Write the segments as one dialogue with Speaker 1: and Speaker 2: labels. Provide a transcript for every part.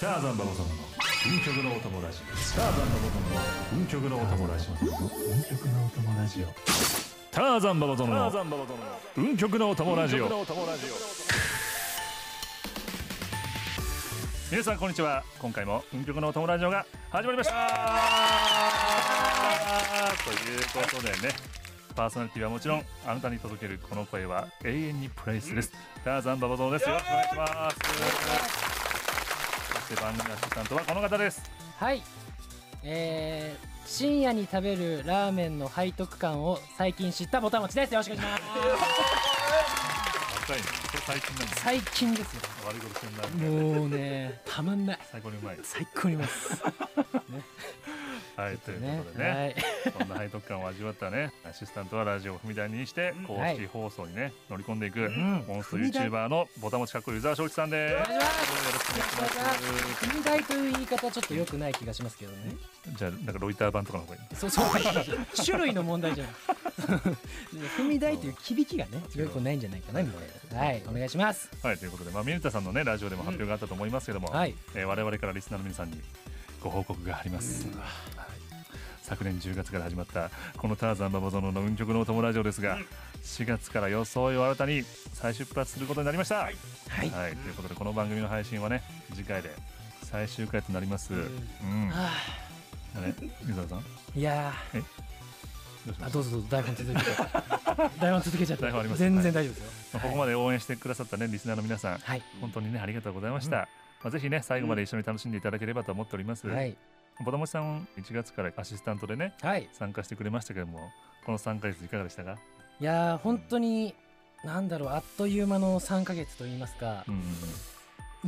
Speaker 1: ターザンババ様の運極のお友達ターザンババ様の運極のお友達
Speaker 2: 運極のお友ラジオ
Speaker 1: ターザンババ様の運極のお友ラジオ皆さんこんにちは今回も運極のお友ラジオが始まりましたということでねパーソナリティはもちろんあなたに届けるこの声は永遠にプレイスです、ターザンババゾですよろしくお願いしますそして番組アシスタントはこの方です
Speaker 3: はい、えー、深夜に食べるラーメンの背徳感を最近知ったぼたもちですよろしくお願いします
Speaker 1: 若いねこれ最近なんです
Speaker 3: 最近です
Speaker 1: 悪いことしてんなみた
Speaker 3: よ
Speaker 1: いな
Speaker 3: もうねたまんない
Speaker 1: 最高にうまい
Speaker 3: 最高にうまいです
Speaker 1: はいということでね
Speaker 3: はい
Speaker 1: そんな背徳感を味わったねアシスタントはラジオを踏み台にして公
Speaker 3: は
Speaker 1: 式
Speaker 3: い
Speaker 1: 放送にね乗り込んでいく
Speaker 3: ん
Speaker 1: モンスト YouTuber のボタン持ちかっこいい湯沢翔一さんですよ
Speaker 3: お
Speaker 1: ろ
Speaker 3: 願い
Speaker 1: し
Speaker 3: し
Speaker 1: くお願いし
Speaker 3: ま
Speaker 1: ます
Speaker 3: す踏み台という言い方はちょっと良くない気がしますけどね
Speaker 1: じゃあなんかロイター版とかの方がいい
Speaker 3: そうそう種類の問題じゃない踏み台という響きがね良くないんじゃないかなみたいなはいお願いします
Speaker 1: はいということでまあミネタさんのねラジオでも発表があったと思いますけども、
Speaker 3: はい
Speaker 1: えー我々からリスナーの皆さんにご報告があります、はい昨年10月から始まったこの「ターザンババゾノの運極のお友ラジオ」ですが、4月から装いを新たに再出発することになりました、はい
Speaker 3: はい
Speaker 1: ということでこの番組の配信はね次回で最終回となります、うんあ
Speaker 3: は
Speaker 1: れ水原さんど
Speaker 3: あいやー
Speaker 1: うしま
Speaker 3: あ
Speaker 1: し
Speaker 3: どうぞどうぞ台本続 けちゃった台本続けちゃった
Speaker 1: 台本あります
Speaker 3: 全然大丈夫ですよ、
Speaker 1: たここまで応援してくださったねリスナーの皆さん
Speaker 3: はい
Speaker 1: 本当にねありがとうございました、まあ、ぜひね最後まで一緒に楽しんでいただければと思っております、
Speaker 3: はい
Speaker 1: ボタモチさん1月からアシスタントでね
Speaker 3: はい
Speaker 1: 参加してくれましたけどもこの3ヶ月いかがでしたか、
Speaker 3: いやー本当になんだろうあっという間の3ヶ月といいますか
Speaker 1: うんうんうん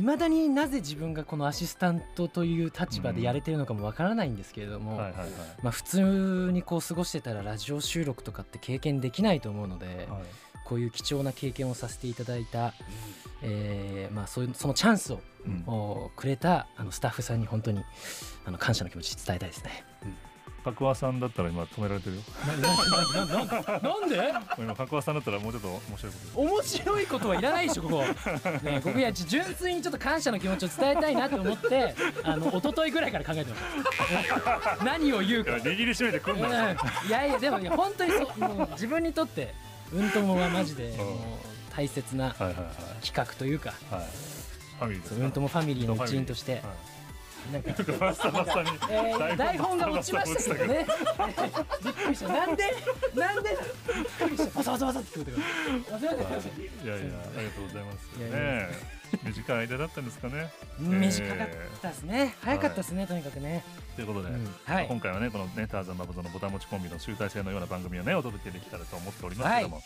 Speaker 3: いまだになぜ自分がこのアシスタントという立場でやれてるのかもわからないんですけれども、
Speaker 1: はいはいはい
Speaker 3: まあ、普通にこう過ごしてたらラジオ収録とかって経験できないと思うので、
Speaker 1: はい
Speaker 3: こういう貴重な経験をさせていただいた、えーまあ、そういうそのチャンスを
Speaker 1: うん
Speaker 3: おくれたあのスタッフさんに本当にあの感謝の気持ち伝えたいですね。
Speaker 1: パクワさんだったら今止められてる よ
Speaker 3: なんで
Speaker 1: 今パクワさんだったらもうちょっと面白いこ
Speaker 3: 面白いことはいらないでしょここ、ね、ここいや純粋にちょっと感謝の気持ちを伝えたいなと思ってあの一昨日ぐらいから考えてます何を言う
Speaker 1: とい
Speaker 3: か、
Speaker 1: や握りしめてく
Speaker 3: うんん、い
Speaker 1: なよ
Speaker 3: やいやでもいや本当にそうもう自分にとってうんともはマジで
Speaker 1: ん
Speaker 3: もう大切な
Speaker 1: はいはいはい
Speaker 3: 企画というか
Speaker 1: はいファミリーです
Speaker 3: そう
Speaker 1: か
Speaker 3: うんともファミリーの一員として
Speaker 1: はい
Speaker 3: なんか、
Speaker 1: パッサパッサに
Speaker 3: えー 台本が落ちました
Speaker 1: 落
Speaker 3: けど
Speaker 1: ち
Speaker 3: ねびっくりしたなんでなんでびっくりしたバサバサバサって聞こえたからすいませんすいません
Speaker 1: たいやいやありがとうございます
Speaker 3: いやい
Speaker 1: ね
Speaker 3: や
Speaker 1: え短い間だったんですかね
Speaker 3: 短かったですね、早かったですね、とにかくね、
Speaker 1: ということで、
Speaker 3: うんはい
Speaker 1: 今回はねこのねターザンバブゾのボタン持ちコンビの集大成のような番組をねお届けできたらと思っておりますけども、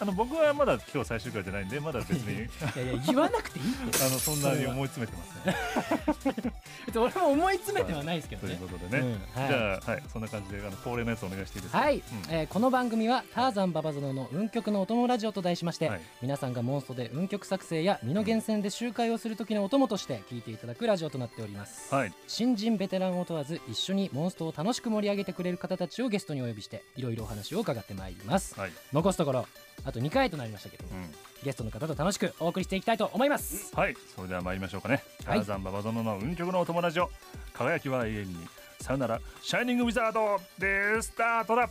Speaker 1: あの僕はまだ今日最終回じゃないんでまだ別に
Speaker 3: いやいや言わなくていいって
Speaker 1: あのそんなに思い詰めてますね。
Speaker 3: 別に俺も思い詰めてはないですけど
Speaker 1: という
Speaker 3: ね
Speaker 1: ことでね、
Speaker 3: うんはい
Speaker 1: じゃあはいそんな感じであの恒例のやつお願いしていいですか。
Speaker 3: はい、
Speaker 1: うん
Speaker 3: えーこの番組は「ターザンババゾノの運極のお供ラジオ」と題しまして、
Speaker 1: はい
Speaker 3: 皆さんがモンストで運極作成や身の源泉で周回をする時のお供として聞いていただくラジオとなっております、
Speaker 1: はい
Speaker 3: 新人ベテランを問わず一緒にモンストを楽しく盛り上げてくれる方たちをゲストにお呼びしていろいろお話を伺ってまいります
Speaker 1: はい、
Speaker 3: 残すところあと2回となりましたけど、
Speaker 1: うん
Speaker 3: ゲストの方と楽しくお送りしていきたいと思います、
Speaker 1: はいそれでは参りましょうかね。
Speaker 3: はい
Speaker 1: ターザンババゾノの運極のお友達を輝きは永遠にさよならシャイニングウィザードでスタートだ。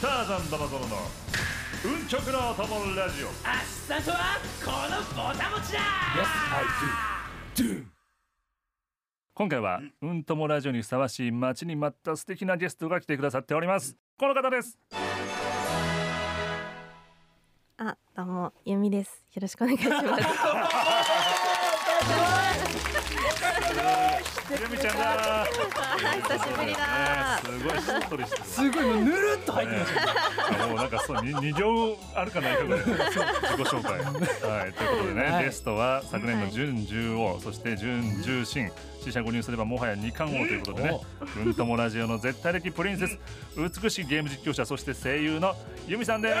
Speaker 1: ターザンババゾノの運極のお友ラジオ。
Speaker 3: 明日とはこのボタ持ちだ
Speaker 1: 今回はうんともラジオにふさわしい待ちに待った素敵なゲストが来てくださっておりますこの方です
Speaker 4: あ、どうも、ゆみです。よろしくお願いします。
Speaker 1: ゆみちゃんだ
Speaker 4: 久しぶりだ
Speaker 1: ねえすごいしっとりしてる
Speaker 3: すごいもうぬるっと入ってました
Speaker 1: わもうなんかそうに二行あるかないかぐらいの自己紹介はいということでね、
Speaker 3: はい
Speaker 1: ゲストは昨年の
Speaker 4: はい
Speaker 1: 準十王そして準十進四捨五入すればもはや二冠王ということでねうんともラジオの絶対的プリンセス美しいゲーム実況者そして声優のゆみさんです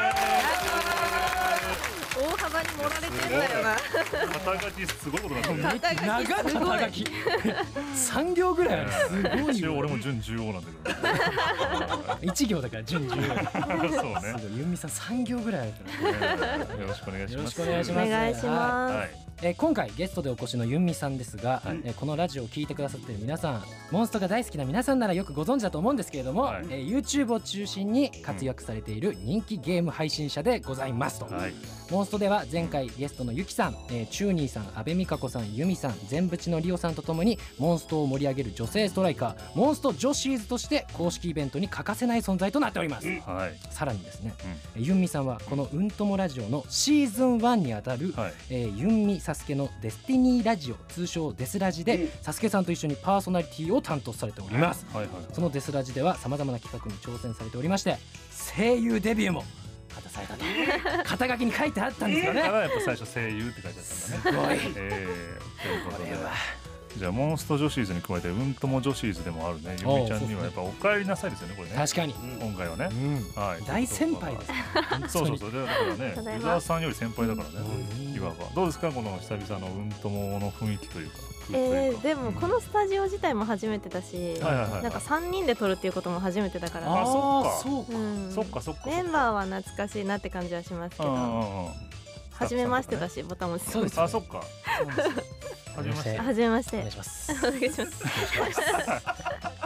Speaker 4: 大幅に盛られてんだよな。
Speaker 1: 肩書きすごいことになってるよ
Speaker 4: 肩書き
Speaker 3: 長い
Speaker 4: すごい
Speaker 3: 肩書き3行ぐらいあるすごい
Speaker 1: 一応
Speaker 3: よ
Speaker 1: 俺も準中央なんだけ
Speaker 3: 1行だから順 次
Speaker 1: どそうね
Speaker 3: すごいゆみさん3行ぐらいあるから
Speaker 1: よろしくお願いします
Speaker 3: よろしくお願いし
Speaker 4: お
Speaker 3: ます
Speaker 4: 願いし
Speaker 1: は
Speaker 4: ま
Speaker 1: い
Speaker 3: えー今回ゲストでお越しのユンミさんですが、
Speaker 1: はい
Speaker 3: えーこのラジオを聞いてくださっている皆さんモンストが大好きな皆さんならよくご存知だと思うんですけれども、
Speaker 1: はい
Speaker 3: えー YouTube を中心に活躍されている人気ゲーム配信者でございますと、
Speaker 1: はい
Speaker 3: モンストでは前回ゲストのゆきさん、えーチューニーさん阿部美香子さんユミさん全淵のりおさんとともにモンストを盛り上げる女性ストライカーモンスト女子ーズとして公式イベントに欠かせない存在となっております、
Speaker 1: はい
Speaker 3: さらにですね、えーユンミさんはこの「うんともラジオ」のシーズン1にあたる
Speaker 1: はい
Speaker 3: えー、ユンミサスケのデスティニーラジオ通称デスラジで、サスケさんと一緒にパーソナリティを担当されております
Speaker 1: はいはい
Speaker 3: そのデスラジではさまざまな企画に挑戦されておりまして声優デビューも果たされ たと肩書きに書いてあったんですよ
Speaker 1: だか
Speaker 3: ね
Speaker 1: らやっぱ最初声優って書いてあったんだね
Speaker 3: すごい
Speaker 1: えー、というこ
Speaker 3: ことれ
Speaker 1: で
Speaker 3: は
Speaker 1: じゃあモンスト女子ーズに加えてうんとも女子ーズでもあるねゆみちゃんにはやっぱお帰りなさいですよねこれね
Speaker 3: 確かに、
Speaker 1: 今回はね
Speaker 3: うん
Speaker 1: はい
Speaker 3: 大先輩です
Speaker 1: そうそうそうでだからね
Speaker 4: ただいま
Speaker 1: 湯沢さんより先輩だからね
Speaker 3: うん
Speaker 1: いわばどうですかこの久々のうんともの雰囲気というか
Speaker 4: す。
Speaker 1: 空気とい
Speaker 4: え
Speaker 1: う
Speaker 4: ー、
Speaker 1: か
Speaker 4: でもこのスタジオ自体も初めてだし、
Speaker 1: はいはいはい
Speaker 4: なんか三人で撮るっていうことも初めてだか
Speaker 1: あ
Speaker 4: ら、
Speaker 3: あ
Speaker 1: あ
Speaker 3: ーそうか
Speaker 4: うん
Speaker 1: そっかそっか
Speaker 4: メンバーは懐かしいなって感じはしますけど、
Speaker 1: あ
Speaker 4: 初めましてだし、ボタンも
Speaker 3: そうです
Speaker 1: あそっか
Speaker 3: そうなんですよ
Speaker 1: はじめまして
Speaker 3: は
Speaker 4: 初めまし
Speaker 3: お願
Speaker 4: て
Speaker 3: い。します
Speaker 4: お願いします。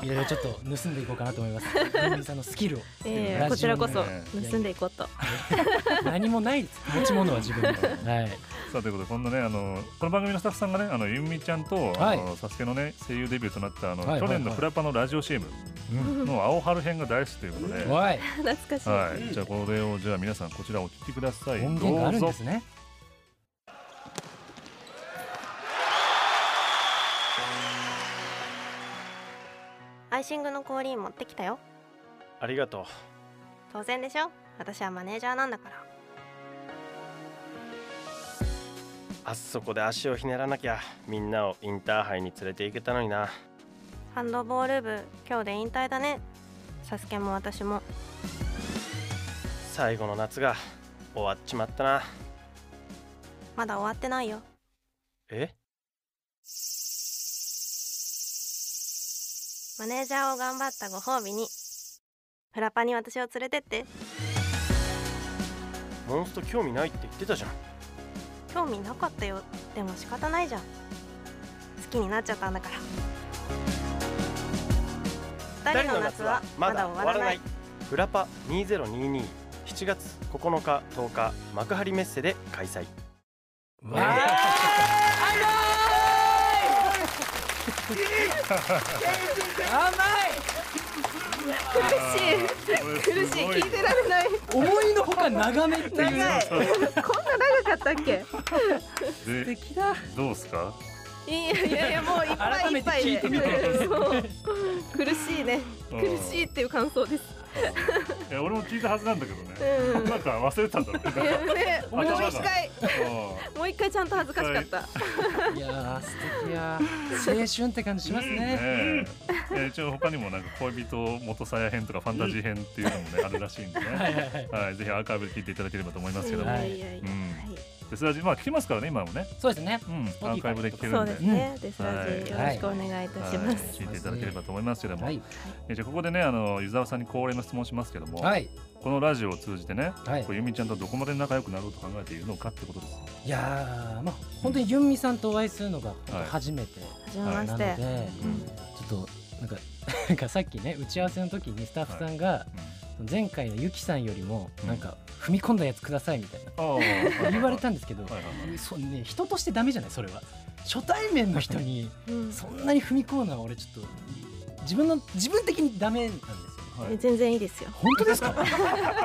Speaker 3: いろいろちょっと盗んでいこうかなと思います ユンミさんのスキルを
Speaker 4: えー
Speaker 3: ラ
Speaker 4: こち
Speaker 3: ジオ
Speaker 4: ら
Speaker 3: ね
Speaker 4: こそ盗んでいこうと。
Speaker 3: 何もないです持ち物は自分ではい
Speaker 1: さあということでこんなねあのこの番組のスタッフさんがねあのゆみちゃんと
Speaker 3: はい
Speaker 1: あのサスケのね声優デビューとなったあの
Speaker 3: はいはいは
Speaker 1: 去
Speaker 3: い
Speaker 1: 年のフラパのラジオ CM の青春編が大好きということで
Speaker 3: おい
Speaker 4: 懐かしい。
Speaker 1: はいじゃあこれをじゃあ皆さんこちらお聞きください
Speaker 3: 音源が
Speaker 1: ど
Speaker 3: あ
Speaker 1: う
Speaker 3: るん
Speaker 1: ぞ
Speaker 3: ですね
Speaker 4: アイシングの氷持ってきたよ。
Speaker 5: ありがとう
Speaker 4: 当然でしょ。私はマネージャーなんだから。
Speaker 5: あそこで足をひねらなきゃみんなをインターハイに連れて行けたのにな
Speaker 4: ハンドボール部今日で引退だね。サスケも私も。
Speaker 5: 最後の夏が終わっちまったな
Speaker 4: まだ終わってないよ。
Speaker 5: え
Speaker 4: マネージャーを頑張ったご褒美に。フラパに私を連れてって。
Speaker 5: モンスト興味ないって言ってたじゃん
Speaker 4: 興味なかったよ。でも仕方ないじゃん。好きになっちゃったんだから。二人の夏はまだ終わらない。
Speaker 5: フラパ20227月9日10日幕張メッセで開催
Speaker 3: わあ
Speaker 1: 苦し い
Speaker 4: 聞いてられない。
Speaker 3: 甘い思いのほか長めっていう
Speaker 4: 長い。こんな長かったっけ？
Speaker 1: で
Speaker 3: 敵だ
Speaker 1: どうですか
Speaker 4: いやいやいやもういっぱいいっぱい
Speaker 3: 改めて聞
Speaker 4: で。
Speaker 3: いてみて
Speaker 4: そう苦しいね。苦しいっていう感想です。
Speaker 1: いや俺も聞いたはずなんだけどね
Speaker 4: うん。
Speaker 1: なんか忘れてたんだろう ね
Speaker 4: ね、もう
Speaker 1: 私は
Speaker 4: 一回もう一回ちゃんと恥ずかしかった、
Speaker 3: いやー素敵や青春って感じしますね
Speaker 1: ねええ一応他にもなんか恋人元さや編とかファンタジー編っていうのもねあるらしいんで
Speaker 3: は
Speaker 1: ね
Speaker 3: いはいはい
Speaker 1: はいぜひアーカイブで聞いていただければと思いますけども
Speaker 3: はい
Speaker 4: いやいやい
Speaker 1: う
Speaker 4: や、
Speaker 1: ん
Speaker 4: はい
Speaker 1: でそれはまあ聞きますからね今もね
Speaker 3: そうですね
Speaker 1: うんアーカイブで聞ける
Speaker 4: そうん
Speaker 1: で
Speaker 4: ですね、です
Speaker 1: は
Speaker 4: ラ
Speaker 1: い
Speaker 4: ジよろしくお願いいたします、
Speaker 1: はい聞いていただければと思いますけども
Speaker 3: はい
Speaker 1: えじゃあここでねあの湯沢さんに恒例の質問しますけども
Speaker 3: はい
Speaker 1: このラジオを通じてね
Speaker 3: はい
Speaker 1: こうゆみちゃんとどこまで仲良くなろうと考えているのかってことです
Speaker 3: いやーまあ本当にユンミさんとお会いするのが本当初めて
Speaker 4: 初めま
Speaker 3: な
Speaker 4: し
Speaker 3: の
Speaker 4: て、
Speaker 3: でちょっとなんかなんかさっきね打ち合わせの時にスタッフさんが前回のユキさんよりもなんか踏み込んだやつくださいみたいな
Speaker 1: ああ
Speaker 3: 言われたんですけど、
Speaker 1: はいはいはい
Speaker 3: そうね、人としてダメじゃないそれは初対面の人に
Speaker 4: うん
Speaker 3: そんなに踏み込むのは俺ちょっと自分の自分的にダメなんですよ
Speaker 1: はい
Speaker 4: え全然いいですよ
Speaker 3: 本当ですか ちょ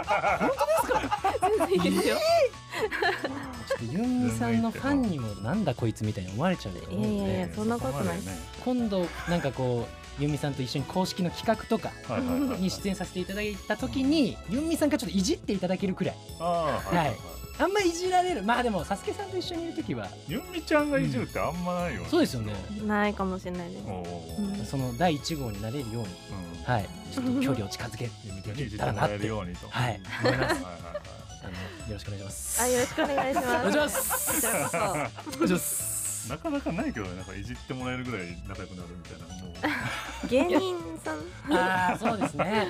Speaker 4: 全然いいですよ
Speaker 3: っとユンミさんのファンにもなんだこいつみたいに思われちゃうと思うん
Speaker 4: いやいや
Speaker 3: で
Speaker 4: そんなことない
Speaker 1: ね
Speaker 3: 今度なんかこうユンミさんと一緒に公式の企画とか
Speaker 1: はいはいはいはい
Speaker 3: に出演させていただいた時にユンミさんがちょっといじっていただけるくらい
Speaker 1: ああはいはいは
Speaker 3: はい
Speaker 1: い
Speaker 3: あんまいじられるまあでもサスケさんと一緒にいる時は
Speaker 1: ゆみちゃんがいじるってあんまないよね
Speaker 3: そうですよね
Speaker 4: ないかもしれないです
Speaker 1: おうおうおう
Speaker 4: うん
Speaker 3: その第1号になれるように
Speaker 1: うん
Speaker 3: はいちょっと距離を近づけてみて
Speaker 1: いじって
Speaker 3: たら
Speaker 1: もら
Speaker 3: な
Speaker 1: え
Speaker 3: っ
Speaker 1: る
Speaker 3: て
Speaker 1: ようにと
Speaker 3: はい
Speaker 1: はいはいはい
Speaker 3: あのろしくお願いします。
Speaker 4: あよろしくお願いしま
Speaker 3: お
Speaker 4: す。
Speaker 3: 願いします。
Speaker 4: じゃあこそ
Speaker 3: お願いします。
Speaker 1: なかなかないけどねなんかいじってもらえるぐらい仲良くなるみたいなもう
Speaker 4: 芸人さん
Speaker 3: ああ、そうですね。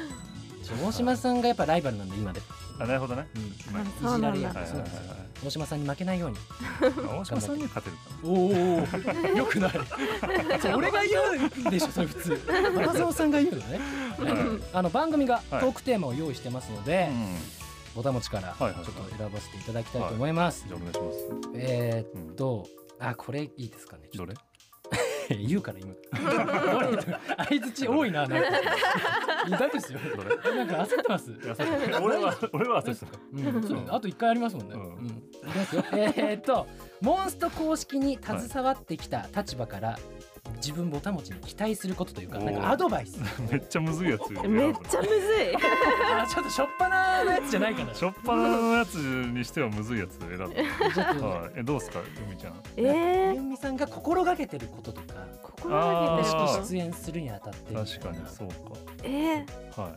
Speaker 3: 大島さんがやっぱライバルなんで今で、
Speaker 1: あなるほどね、
Speaker 3: うん、い
Speaker 1: まあ
Speaker 4: あそう
Speaker 3: じ
Speaker 4: な
Speaker 3: られ
Speaker 4: んだ
Speaker 3: 役
Speaker 1: はい
Speaker 3: そ
Speaker 1: は
Speaker 3: う
Speaker 1: い
Speaker 3: なん
Speaker 1: はい
Speaker 3: ですよ
Speaker 1: はい
Speaker 3: 大島さんに負けないように。
Speaker 1: まあ大島さんには勝てるか
Speaker 3: おお、 よくない。それ俺が言うでしょ、それ普通。中澤さんが言うのね。
Speaker 1: ら、はい
Speaker 3: あの番組がト
Speaker 1: はい
Speaker 3: ークテーマを用意してますので、
Speaker 1: うん、
Speaker 3: ボタン持ちからちょ
Speaker 1: はい
Speaker 3: っ
Speaker 1: はいはい
Speaker 3: と選ばせていただきたいと思います。
Speaker 1: じゃあお願いします、
Speaker 3: え
Speaker 1: う
Speaker 3: ー、っ
Speaker 1: ん、
Speaker 3: と、あ、これいいですかね。ちょ
Speaker 1: ど
Speaker 3: っと
Speaker 1: れ
Speaker 3: 言うから今。 相槌多いな。 なんかだですよ。
Speaker 1: どれ
Speaker 3: なんか焦ってます。
Speaker 1: いやそう俺は俺は焦ってた
Speaker 3: うん、 そうあと一回ありますもんね。う
Speaker 1: うんん、
Speaker 3: いきま すよ。えーっと、モンスト公式に携わってきた立場から。自分ぼたもちに期待することというか、
Speaker 1: おー
Speaker 3: なんかアドバ イス。
Speaker 1: めっちゃむずいやつ
Speaker 4: めっちゃむずい。
Speaker 3: あー、ちょっとしょっぱなのやつじゃないかな。
Speaker 1: しょっぱなのやつにしてはむずいやつ選んだ、
Speaker 3: ちょっとね
Speaker 1: はい、えどうすかゆみちゃん
Speaker 4: え
Speaker 3: ゆ
Speaker 4: ー、
Speaker 3: うみさんが心がけてることとか、
Speaker 4: 心がけて
Speaker 1: あ
Speaker 4: る
Speaker 1: ー
Speaker 4: こと。
Speaker 3: 出演するにあたって。
Speaker 1: 確かにそう
Speaker 4: えー、
Speaker 1: かはい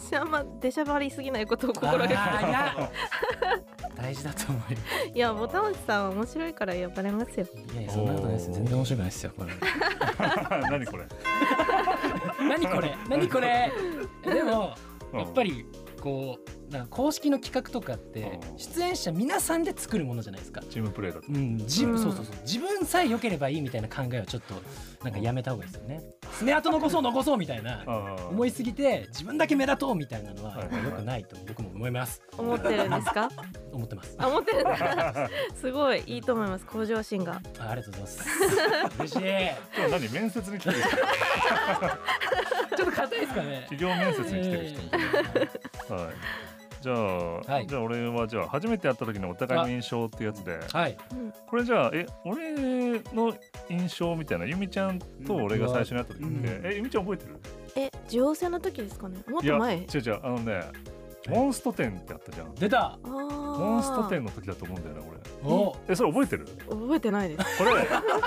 Speaker 4: 私あんま出しゃばりすぎないことを心がけて。
Speaker 3: あー いや大事だと思うよ。
Speaker 4: いや、ぼたもちさんは面白いから呼ばれますよ。
Speaker 3: いやいや、そんなことないです。全然面白くないですよ。これ
Speaker 1: 何これ
Speaker 3: 何これ、何 これ。でも、 やっぱ
Speaker 1: り
Speaker 3: りこうなんか公式の企画とかって
Speaker 1: うん
Speaker 3: 出演者皆さんで作るものじゃないですか。
Speaker 1: チームプレーだと
Speaker 3: うん、自分、
Speaker 4: うん
Speaker 3: そうそうそう自分さえ良ければいいみたいな考えはちょっとなんかやめた方がいいですよね。爪痕残そう残そうみた いな思
Speaker 1: 思
Speaker 3: いすぎて自分だけ目立とうみたいなのは
Speaker 1: はい
Speaker 3: やっ
Speaker 1: はい
Speaker 3: ぱ
Speaker 1: はい
Speaker 3: 良くないと僕も思います。
Speaker 4: 思ってるんですか。
Speaker 3: 思ってます。あ
Speaker 4: あ、思ってるん だ。すごいいいと思います。向上心が。
Speaker 3: ありがとうござ います。嬉しい。
Speaker 1: 今日何面接に来てる人
Speaker 3: ちょっと硬いですかね。
Speaker 1: 企業面接に来てる人みたいなはいじゃあ、
Speaker 3: はい
Speaker 1: じゃあ俺はじゃあ初めて会った時のお互いの印象ってやつで
Speaker 3: はい。
Speaker 1: これじゃあえ俺の印象みたいなゆみちゃんと俺が最初に会った時って、
Speaker 3: うん
Speaker 1: えゆみちゃん覚えてる
Speaker 4: え、受容戦の時ですかね。もっ
Speaker 1: い
Speaker 4: と
Speaker 1: や
Speaker 4: 前。
Speaker 1: 違う違うあのねモンスト店ってあったじゃん
Speaker 3: 出た。
Speaker 4: ああ。
Speaker 1: モ
Speaker 4: モ
Speaker 1: ンスト店の時だと思うんだよね俺
Speaker 3: お。
Speaker 1: えそれ覚えてる
Speaker 4: 覚えてないです。
Speaker 1: これ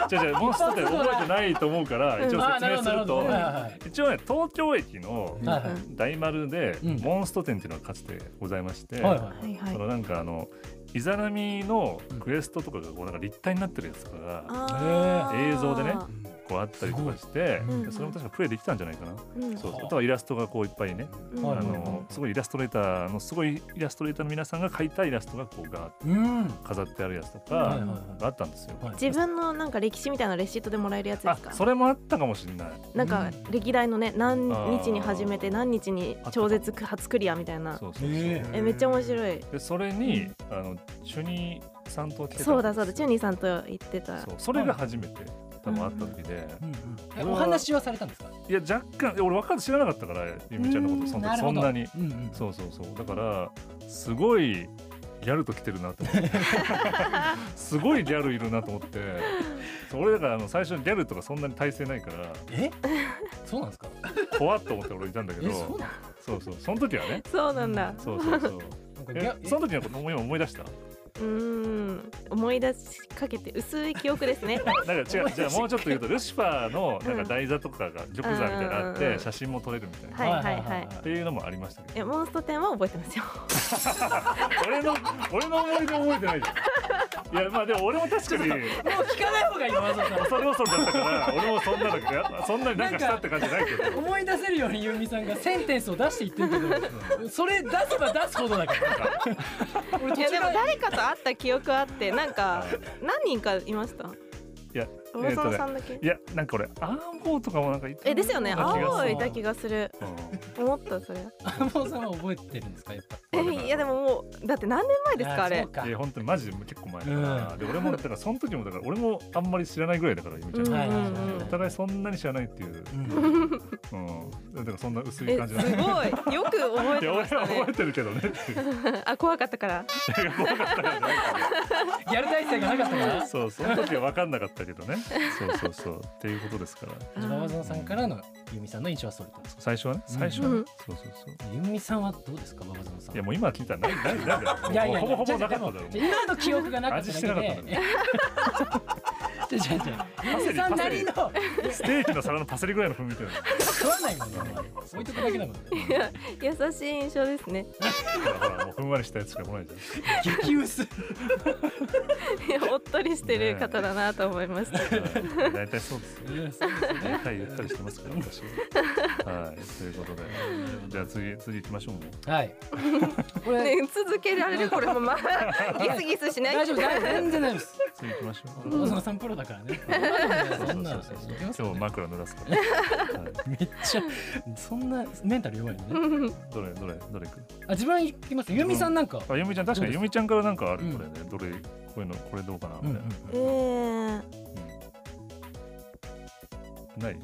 Speaker 1: じゃじゃモンスターって覚えてないと思うから
Speaker 4: うん
Speaker 1: 一応
Speaker 3: あー
Speaker 1: 説
Speaker 3: なる
Speaker 1: 明
Speaker 3: ほど
Speaker 1: す
Speaker 3: なる
Speaker 1: る
Speaker 3: ほど。
Speaker 1: と
Speaker 3: はいはい
Speaker 1: 一応ね東京駅の
Speaker 3: はい。はい
Speaker 1: 大丸で
Speaker 3: うん
Speaker 1: モンスト店っていうのがかつてございまして、
Speaker 3: はいはい。
Speaker 4: はいは
Speaker 1: その
Speaker 4: い。
Speaker 1: なんかあのイザナミのクエストとかがこうなんか立体になってるやつとかが
Speaker 4: あー
Speaker 1: 映像でね
Speaker 2: うん
Speaker 1: こうあったりとかして
Speaker 3: すごい
Speaker 4: うん
Speaker 1: でそれも確かプレイできたんじゃないかな、
Speaker 4: うん
Speaker 1: そう
Speaker 3: はあ
Speaker 1: あとはイラストがこういっぱいね、
Speaker 4: うん
Speaker 3: はい
Speaker 1: あ
Speaker 3: はいはい
Speaker 1: のすごいイラストレーターのすごいイラストレーターの皆さんが描いたイラストがこうが
Speaker 3: うん。
Speaker 1: 飾ってあるやつと
Speaker 3: はい
Speaker 1: か
Speaker 3: はい
Speaker 1: があったんですよ。
Speaker 3: はい。
Speaker 4: 自分のなんか歴史みたいなレシートでもらえるやつで
Speaker 1: あ
Speaker 4: すか。
Speaker 1: それもあったかもしれない。
Speaker 4: なんか歴代のね何日に始めて
Speaker 1: あー
Speaker 4: 何日に超絶初クリアみたいな
Speaker 1: そうそうそう
Speaker 3: へ
Speaker 4: えめっちゃ面白い
Speaker 1: でそれに、あのチュニーさんと来てた
Speaker 4: そうだそうだチュ
Speaker 1: ニ
Speaker 4: ニーさんと言ってた
Speaker 1: そうそれが初めて多分会った時で、
Speaker 3: えお話はされたんですか。
Speaker 1: いや若干いや俺分かる知らなかったからゆみちゃんのことそんなそんなに
Speaker 3: うんうん、
Speaker 1: そうそうそうだからすごいギャルと来てるなと思ってすごいギャルいるなと思ってそう俺だからあの最初ギャルとかそんなに耐性ないから
Speaker 3: え そうなんですか
Speaker 1: 怖っと思って俺いたんだけど
Speaker 3: えそうなん
Speaker 1: そうそうその時はね
Speaker 4: そうなんだ
Speaker 1: そうそうそう
Speaker 3: なんかギ
Speaker 1: え
Speaker 3: ャ
Speaker 1: その時のことも今思い出した
Speaker 4: うーん思い出しかけて薄い記憶です ね
Speaker 1: なんか違うじゃあもうちょっと言うとルシファーのなんか台座とかが玉座みたいなのあっ
Speaker 4: うんうんうんう
Speaker 1: て
Speaker 4: ん
Speaker 1: 写真も撮れるみたいな、
Speaker 4: はいはいはい
Speaker 1: っていうのもありましたけ
Speaker 4: え
Speaker 1: ど
Speaker 4: モンスト10は覚えてますよ
Speaker 1: 俺の俺の思い出覚えてないじゃんいやまあでも俺も確かに
Speaker 3: もう聞かない方がいいわざわざ
Speaker 1: 恐れ恐れだったから俺もそんなのやそんなになんかしたって感じじゃないけど
Speaker 3: 思い出せるようにゆうみさんがセンテンスを出していってるけどそれ出せば出すほどだから 俺途
Speaker 4: いや
Speaker 3: 中
Speaker 4: で
Speaker 3: か
Speaker 4: も
Speaker 3: ら
Speaker 4: 誰かと会った記憶あってなんか何人かいました
Speaker 1: いや
Speaker 4: 大
Speaker 1: えーと
Speaker 4: 沢
Speaker 1: ね
Speaker 4: さんだけ
Speaker 1: いやなんか俺アーボーとかもなんかいた
Speaker 4: えですよ
Speaker 1: 気
Speaker 4: ね
Speaker 1: がする
Speaker 4: 青いた気がする思ったそれ
Speaker 3: 安保さんは覚えてるんですかやっぱ
Speaker 1: う
Speaker 4: え
Speaker 1: ん
Speaker 4: いやでももうだって何年前ですかあれ
Speaker 3: そうか
Speaker 1: いや本当にマジで結構前だから、
Speaker 3: う
Speaker 1: で俺もだからその時もだから俺もあんまり知らないぐらいだからゆみちゃん、
Speaker 4: うん
Speaker 3: はいはい
Speaker 4: うんうんうん
Speaker 1: お互いそんなに知らないっていう、
Speaker 3: うん
Speaker 1: うん、だからそんな薄い
Speaker 4: え
Speaker 1: 感じ
Speaker 4: す
Speaker 1: な
Speaker 4: ご
Speaker 1: んだ
Speaker 4: いよく覚 え
Speaker 1: い
Speaker 4: て
Speaker 1: や
Speaker 4: ま
Speaker 1: 俺
Speaker 4: し
Speaker 1: は
Speaker 4: た
Speaker 1: 覚
Speaker 4: ね
Speaker 1: えてるけどねっていう
Speaker 4: あ怖かったから
Speaker 3: やる体制がなかったから
Speaker 1: そうその時は分かんなかったけどねそうそうそうっていうことですから
Speaker 3: 安保さんからのゆうみさんの印象はそれと
Speaker 1: 最初はね
Speaker 3: うん
Speaker 1: 最初はね、
Speaker 4: うん
Speaker 1: そうそうそう
Speaker 3: ゆうみさんはどうですか馬場園さん
Speaker 1: いやもう今聞いたらないないないだろ
Speaker 3: いやいやいや
Speaker 1: ほぼほぼなかっただろう
Speaker 3: じゃあ今の記憶がなかっただけ
Speaker 1: 味してなかったん
Speaker 3: で違う違う違う
Speaker 1: パセリ
Speaker 3: さんなりの食
Speaker 1: ステーキの皿のパセリぐらいの風味だよね
Speaker 3: わないもんねお前置いとくだけだもんね
Speaker 4: 優しい印象ですね
Speaker 1: ほらほらもうふんわりしたやつしか来ないじゃん
Speaker 3: 激薄
Speaker 4: おっとりしてる方だなと思いました
Speaker 1: はい大体そうですよ
Speaker 3: いやそうですね
Speaker 1: 大体言ったりしてますから私ははいということでじゃあ次次行きましょうもう
Speaker 3: はいこれ、
Speaker 4: ね続けられるこれも まあギスギスしない
Speaker 3: 大丈夫大丈夫全然大丈夫です
Speaker 1: 次行きましょ
Speaker 3: 小
Speaker 1: う
Speaker 3: 野さんプロだからねそんなのいけます
Speaker 1: 今日
Speaker 3: よね
Speaker 1: 枕濡らすから、はい、
Speaker 3: めっちゃそんなメンタル弱いのね
Speaker 1: どれどれどれいく
Speaker 3: あ自分いきますゆみさんなんか
Speaker 1: あゆみちゃん確かにゆみちゃんからなんかある
Speaker 3: うん
Speaker 1: これねどれこういうのこれどうかな
Speaker 3: うん
Speaker 1: み
Speaker 3: うん
Speaker 1: たい
Speaker 4: えー、
Speaker 1: なない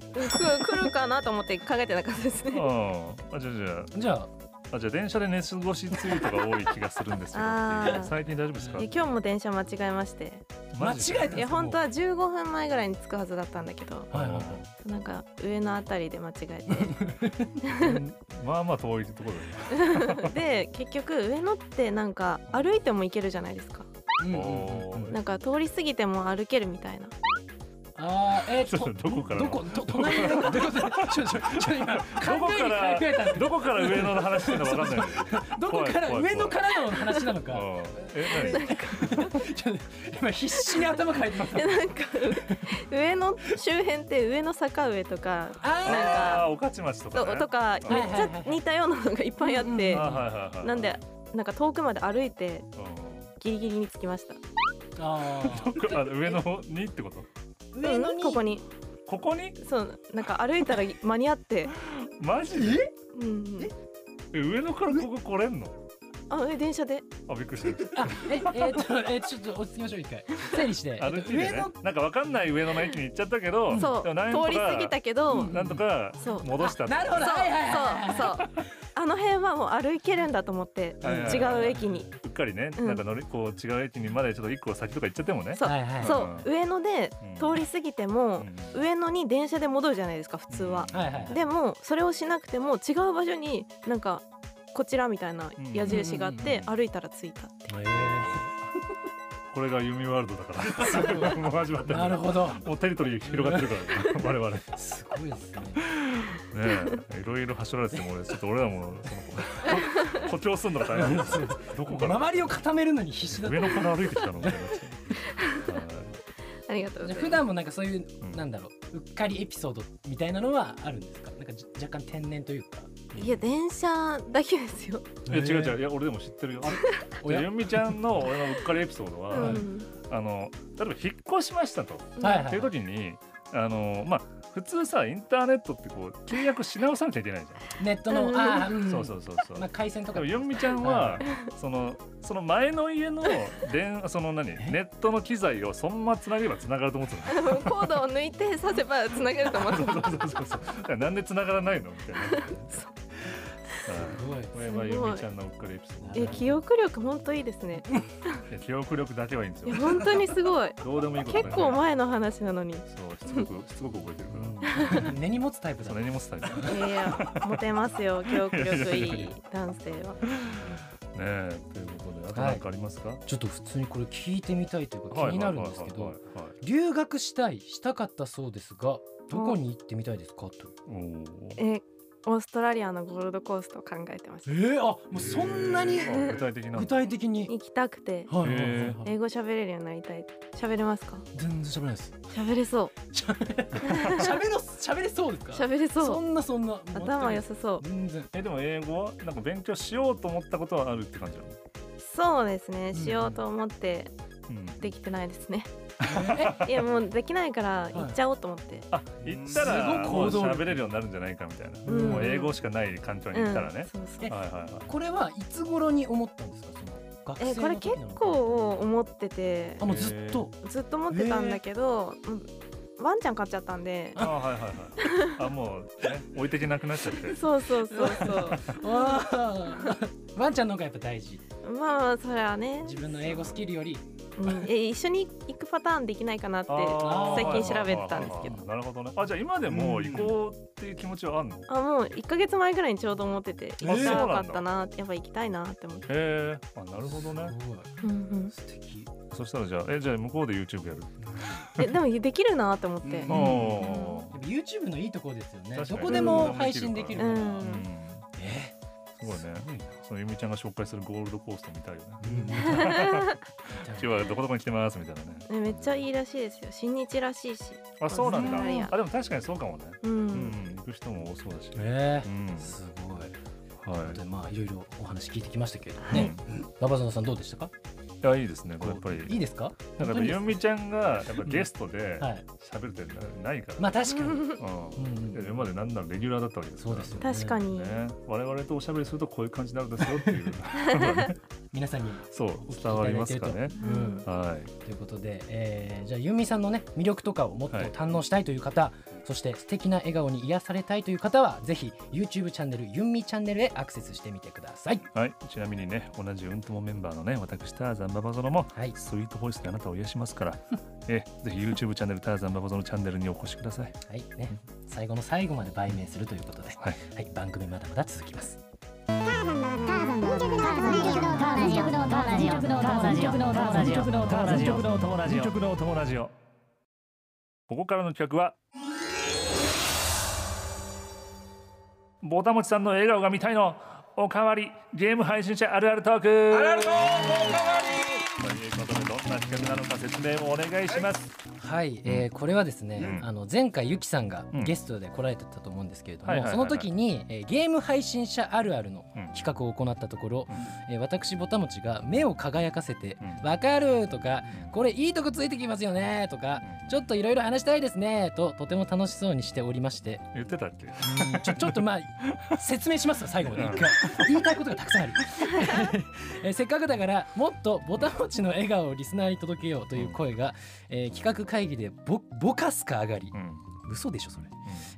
Speaker 4: く来るかなと思って考えてなかったですね
Speaker 1: あーあじゃあじゃ
Speaker 3: じゃあ
Speaker 1: ああじゃあ電車で寝過ごしツイートが多い気がするんですけどっていう
Speaker 4: あー
Speaker 1: 最近大丈夫ですか
Speaker 4: いや今日も電車間違えまして
Speaker 1: マジで
Speaker 3: 間違えて
Speaker 4: いや本当は15分前ぐらいに着くはずだったんだけど
Speaker 3: はいはいは
Speaker 4: なんか上のあたりで間違え
Speaker 1: まあまあ遠いところだね
Speaker 4: てで結局上野ってなんか歩いても行けるじゃないですか
Speaker 3: うんうん
Speaker 1: お
Speaker 3: うんうん
Speaker 1: ー
Speaker 4: なんか通り過ぎても歩けるみたいな
Speaker 3: あーえ
Speaker 1: ちょっと
Speaker 3: と
Speaker 1: どこから
Speaker 3: どこと隣のどこちょちょちょ今
Speaker 1: どこ
Speaker 3: 考え
Speaker 1: か
Speaker 3: に
Speaker 1: ら
Speaker 3: 考えたんだけど
Speaker 1: どこから上野の話してんのか分かんないけど
Speaker 3: どこから
Speaker 1: 怖い怖い怖い
Speaker 3: 上野からの話なの
Speaker 1: う
Speaker 3: か
Speaker 1: んえ何
Speaker 3: ちょ今必死に頭かいてた
Speaker 4: でなんかう上野周辺って上野坂上とか
Speaker 3: あ
Speaker 1: ああ御徒町と
Speaker 4: と
Speaker 1: かね
Speaker 4: とか
Speaker 1: うん
Speaker 4: めっちゃ似たようなのがいっぱいあっ
Speaker 3: うんうん
Speaker 4: て
Speaker 1: あーはいはいはい
Speaker 4: なんでなんか遠くまで歩いて
Speaker 1: うん
Speaker 4: ギリギリに着きました
Speaker 3: ーあー
Speaker 1: こあ上野にってこと
Speaker 3: 上野に
Speaker 4: ここに
Speaker 1: ここに
Speaker 4: そうなんか歩いたら間に合って、
Speaker 1: マジで
Speaker 4: うん、
Speaker 1: え上野からここ来れんの
Speaker 4: あえ電車で
Speaker 1: あびっくりした
Speaker 3: あええーっとえーちょっと落ち着きましょう一回整理して
Speaker 1: 歩いてねなんか分かんない上野の駅に行っちゃったけど
Speaker 4: そう
Speaker 1: でもなんとか
Speaker 4: 通り過ぎたけど、
Speaker 3: うん
Speaker 1: なんとか
Speaker 4: そう
Speaker 1: 戻した
Speaker 3: なるほど
Speaker 4: そう
Speaker 3: はいはいはい
Speaker 4: そうそう あの辺はもう歩けるんだと思って
Speaker 1: はいはい
Speaker 4: 違
Speaker 1: はいう
Speaker 4: 駅に
Speaker 1: うっかりね
Speaker 4: うん
Speaker 1: なんか乗りこう違う駅にまでちょっと一個先とか行っちゃってもね
Speaker 4: そう
Speaker 3: はいはい
Speaker 4: そう上野で
Speaker 1: うん
Speaker 4: 通り過ぎて
Speaker 1: う
Speaker 4: も
Speaker 1: ん
Speaker 4: 上野に電車で戻るじゃないですか普通は
Speaker 1: う
Speaker 3: はいはい
Speaker 4: でもそれをしなくても違う場所になんかこちらみたいな矢印があっ
Speaker 1: う
Speaker 4: て
Speaker 1: ん
Speaker 4: 歩いたら着いた
Speaker 1: これが弓ワールドだ からもう始まって
Speaker 3: なるほど
Speaker 1: もうテリトリー広がってるから、ね、我々 ね
Speaker 3: すごいですね
Speaker 1: えいろいろ走られてても俺ちょっと俺らもそのこ 誇張すんのが大変ですどこから
Speaker 3: 周りを固めるのに必死だった
Speaker 1: 上野から歩いてきたのみたいな
Speaker 4: ありがとうございます
Speaker 3: 普段もなんかそういう、
Speaker 1: うん
Speaker 3: なんだろううっかりエピソードみたいなのはあるんですかなんかじ若干天然というか
Speaker 4: いや電車だけですよ、
Speaker 1: はいいや違う違ういや俺でも知ってるよ
Speaker 3: おや
Speaker 1: ゆみちゃんの俺のうっかりエピソードは、
Speaker 4: う
Speaker 3: はい
Speaker 4: ん
Speaker 1: あの例えば引っ越しましたと、
Speaker 3: はい
Speaker 1: っ
Speaker 3: は
Speaker 1: てい
Speaker 3: いう
Speaker 1: 時にあのまあ普通さインターネットってこう契約し直さなきゃいけないじ
Speaker 3: ネットの、
Speaker 4: うん
Speaker 3: ああ、
Speaker 1: ゃん、
Speaker 3: ん
Speaker 1: そうそうそうそう
Speaker 3: まあ回線と
Speaker 1: で
Speaker 3: か
Speaker 1: もヨンミちゃんは、
Speaker 3: は
Speaker 1: そのその前の家の 電その何ネットの機材をそのままつなげればつながると思ってた
Speaker 4: コードを抜いてさせばつなげると思って
Speaker 1: の そうそうそうそうだからなんでつながらないのみたいなはい
Speaker 3: すごい
Speaker 1: これは
Speaker 4: すごい
Speaker 1: ヨンミちゃんのうっかりエピソー
Speaker 4: え記憶力本当いいですね
Speaker 1: ドいや記憶力だけはいいんです
Speaker 4: い
Speaker 1: よ
Speaker 4: や本当にす ごい
Speaker 1: どうでもいいこと
Speaker 4: 結構前の話なのに
Speaker 1: そうしつこ くしつこく覚えてるから
Speaker 3: うん根に持つタイプだ
Speaker 1: それにも伝えて
Speaker 4: いやいやモテますよ記憶力いい男性は
Speaker 1: ねえということであと何かありますか、はい、
Speaker 3: ちょっと普通にこれ聞いてみたいというか気になるんですけ
Speaker 1: はい
Speaker 3: ど
Speaker 1: はいはいはい
Speaker 3: 留学したいしたかったそうですがどこに行ってみたいですかという
Speaker 1: おー
Speaker 4: えオーストラリアのゴールドコーストを考えてました
Speaker 3: えー、あもうそんなに
Speaker 1: あ具体的な
Speaker 3: 具体的に
Speaker 4: 行きたくて
Speaker 3: はいはい
Speaker 1: へ
Speaker 3: はいはい
Speaker 4: 英語喋れるようになりたい喋れますか
Speaker 3: 全然喋れないです
Speaker 4: 喋れそ
Speaker 3: 喋れ喋れそうです
Speaker 4: う
Speaker 3: か
Speaker 4: 喋れ
Speaker 3: そ
Speaker 4: そうん
Speaker 3: なそんな
Speaker 4: 頭良さそう
Speaker 3: 全然
Speaker 1: えでも英語はなんか勉強しようと思ったことはあるって感じなの
Speaker 4: そうですね
Speaker 3: ん
Speaker 4: しようと思って
Speaker 1: うん
Speaker 4: できてないですね
Speaker 3: え
Speaker 4: いやもうできないから行っちゃおうと思って
Speaker 1: あ行ったら
Speaker 3: す
Speaker 1: も
Speaker 3: ご
Speaker 1: う
Speaker 3: い行動力
Speaker 1: 喋れるようになるんじゃないかみたいな、
Speaker 4: うん
Speaker 1: もう英語しかない環境に
Speaker 4: うん
Speaker 1: 行っ
Speaker 4: そ
Speaker 1: た
Speaker 4: う
Speaker 1: らね、
Speaker 4: そう
Speaker 3: え
Speaker 1: はいはいはい
Speaker 3: これはいつ頃に思ったんですかその学
Speaker 4: え
Speaker 3: 生
Speaker 4: これ
Speaker 3: の時
Speaker 4: 結
Speaker 3: なのか
Speaker 4: 構思ってて
Speaker 3: あもうずっと
Speaker 4: ずっと持ってたんだけど、うんワンちゃん買っちゃったんで
Speaker 1: あはいはいはいあもう、ね、置いてけなくなっちゃって
Speaker 4: そうそうそうそう
Speaker 3: あーワンちゃんの方がやっぱ大事
Speaker 4: まあまあそれはね、
Speaker 3: 自分の英語スキルより
Speaker 4: うんえ一緒に行くパターンできないかなって
Speaker 1: あー
Speaker 4: 最近調べてたんですけど
Speaker 1: はいはいはいはいなるほどねあじゃあ今でも行こうっていう気持ちはあるの、へ
Speaker 4: あもう1ヶ月前ぐらいにちょうど思ってて
Speaker 1: え
Speaker 4: 行きたかったな、やっぱ行きたいなって思って、
Speaker 1: えあなるほどね
Speaker 3: すごい
Speaker 4: うんうん
Speaker 3: 素敵
Speaker 1: そしたらじゃあえじゃあ向こうで YouTube やる
Speaker 4: えでもできるなと思って、
Speaker 3: うん
Speaker 1: おお
Speaker 3: やっぱ YouTube のいいところですよね
Speaker 1: 確か
Speaker 3: ど
Speaker 1: に
Speaker 3: こでも配信できるから、
Speaker 4: うん
Speaker 1: ー、うん、
Speaker 3: え
Speaker 1: すごいね
Speaker 3: すごいな
Speaker 1: そのゆみちゃんが紹介するゴールドコースト見たいよね
Speaker 3: じゃ
Speaker 1: 今日はどこどこに来てますみたいなね
Speaker 4: ねめっちゃいいらしいですよ新日らしいし
Speaker 1: あそうなんだ
Speaker 4: オーストラリア
Speaker 1: あでも確かにそうかもね
Speaker 4: う、
Speaker 1: うん ん行く人も多そうだし
Speaker 3: あえ
Speaker 1: うん
Speaker 3: ーすごい
Speaker 1: はい
Speaker 3: でまあいろいろお話聞いてきましたけれども
Speaker 1: うん
Speaker 3: ね、ラバゾノさんどうでしたか
Speaker 1: いやいいですねこれやっぱり
Speaker 3: いいですか
Speaker 1: なんかやっぱゆみちゃんがやっぱゲストで
Speaker 3: はい
Speaker 1: 喋るってないから、
Speaker 3: まあ 確かに、
Speaker 1: うん
Speaker 3: うん
Speaker 1: 今までなんならレギュラーだったわけですか
Speaker 3: そう
Speaker 1: ら
Speaker 3: ですよね
Speaker 4: 確かに、
Speaker 1: ね、我々とおしゃべりするとこういう感じになるんですよっていう
Speaker 3: 皆さんに
Speaker 1: そう伝わりますかね
Speaker 4: う
Speaker 3: うんん
Speaker 1: はい
Speaker 3: ということで、えーじゃあユーミンさんのね魅力とかをもっと
Speaker 1: はい
Speaker 3: 堪能したいという方、そして素敵な笑顔に癒されたいという方はぜひ YouTube チャンネルユンミチャンネルへアクセスしてみてください。
Speaker 1: はいちなみにね同じうんともメンバーのね私ターザンババゾノも
Speaker 3: はい、
Speaker 1: スイートボイスであなたを癒しますから えぜひ YouTube チャンネルターザンババゾノチャンネルにお越しください
Speaker 3: はいね、最後の最後まで売名するということで、
Speaker 1: はい
Speaker 3: はい、番組まだまだ続きます。
Speaker 1: の友ラジオここからの企画はぼたもちさんの笑顔が見たいのおかわりゲーム配信者あるあるトークあるあるトークということでどんな企画なのか説明をお願いします
Speaker 3: はい、えーこれはです
Speaker 1: うん
Speaker 3: ね、あの前回ゆきさんが
Speaker 1: うん
Speaker 3: ゲストで来られてたと思うんですけれども、
Speaker 1: はいはいはい
Speaker 3: そ
Speaker 1: は
Speaker 3: の
Speaker 1: い
Speaker 3: 時に、えーゲーム配信者あるあるの
Speaker 1: うん
Speaker 3: 企画を行ったところ、
Speaker 1: う
Speaker 3: えー私ぼたもちが目を輝かせて
Speaker 1: う
Speaker 3: 「
Speaker 1: ん
Speaker 3: わ、かる!」とか
Speaker 1: うん
Speaker 3: 「これいいとこついてきますよね!」とか
Speaker 1: う
Speaker 3: 「
Speaker 1: ん
Speaker 3: ちょっといろいろ話したいですね!」ととても楽しそうにしておりまして
Speaker 1: 言ってたっけ
Speaker 3: ちょちょっとまあ説明しますよ最後まで
Speaker 1: うん
Speaker 3: 一回言いたいことがたくさんあるえーせっかくだからもっとぼたもちの笑顔をリスナーに届けようという声が、えー企画会議でぼぼかすか上がり
Speaker 1: うん
Speaker 3: 嘘でしょそれ、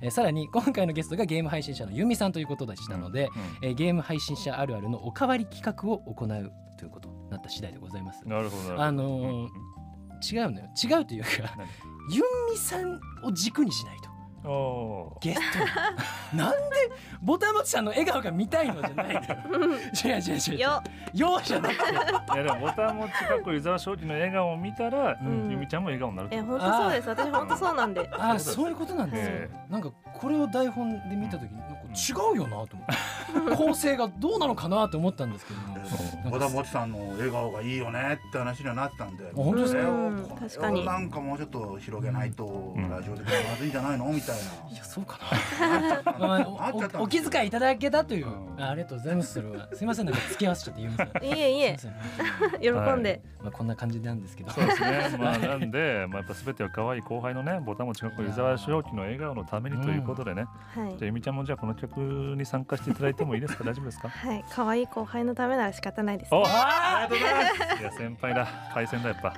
Speaker 3: えーさらに今回のゲストがゲーム配信者のユミさんということでしたので、えーゲーム配信者あるあるのおかわり企画を行うということになった次第でございます
Speaker 1: うんなるほどなるほど
Speaker 3: あのー
Speaker 1: うん
Speaker 3: 違うのよ違うというか
Speaker 1: 何
Speaker 3: ユンミさんを軸にしないと
Speaker 1: うんお
Speaker 3: ゲストなんでボタン持ちさんの笑顔が見たいのじゃないの違う違う違う違う
Speaker 4: よ
Speaker 3: ようじゃなくて
Speaker 1: ーいやでもボタン持ちかっこ湯沢正樹の笑顔を見たら、
Speaker 4: うん
Speaker 1: ゆみちゃんも笑顔になるって
Speaker 4: え
Speaker 1: こと
Speaker 4: 本当そうです私本当そうなんで
Speaker 3: あーそういうことなんですよ、
Speaker 1: え
Speaker 3: なんかこれを台本で見た時になんか違うよなと思 って構成がどうなのかなと思ったんですけども
Speaker 6: 小田もちさんの笑顔がいいよねって話にはなってたんで
Speaker 3: 本当ですか
Speaker 6: これを
Speaker 4: うん
Speaker 6: これを
Speaker 4: 確かに
Speaker 6: なんかもうちょっと広げないと
Speaker 1: うん
Speaker 6: ラジオでまずいんじゃないのみたい
Speaker 3: いやそうかな
Speaker 6: な
Speaker 3: まあ
Speaker 6: なっちゃった
Speaker 3: おおお気遣いいただけたという、
Speaker 1: うん
Speaker 3: あありがとうございますそれはすいませんなんか付き合わせちゃってゆみさん
Speaker 4: いえいえ
Speaker 3: すいま
Speaker 4: 喜んで、
Speaker 3: せんまあこんな感じなんですけど
Speaker 1: そうですね。まあなんで、まあやっぱすべては可愛い後輩のね、ボタンも近く湯沢正樹の笑顔のためにということでね。
Speaker 4: はい
Speaker 1: じゃあゆみちゃんもじゃあこの企画に参加していただいてもいい ですか。大丈夫ですか。
Speaker 4: はい可愛い後輩のためなら仕方ないです
Speaker 1: お、い
Speaker 3: ああ
Speaker 1: や先輩だ、回線だやっぱ。
Speaker 3: で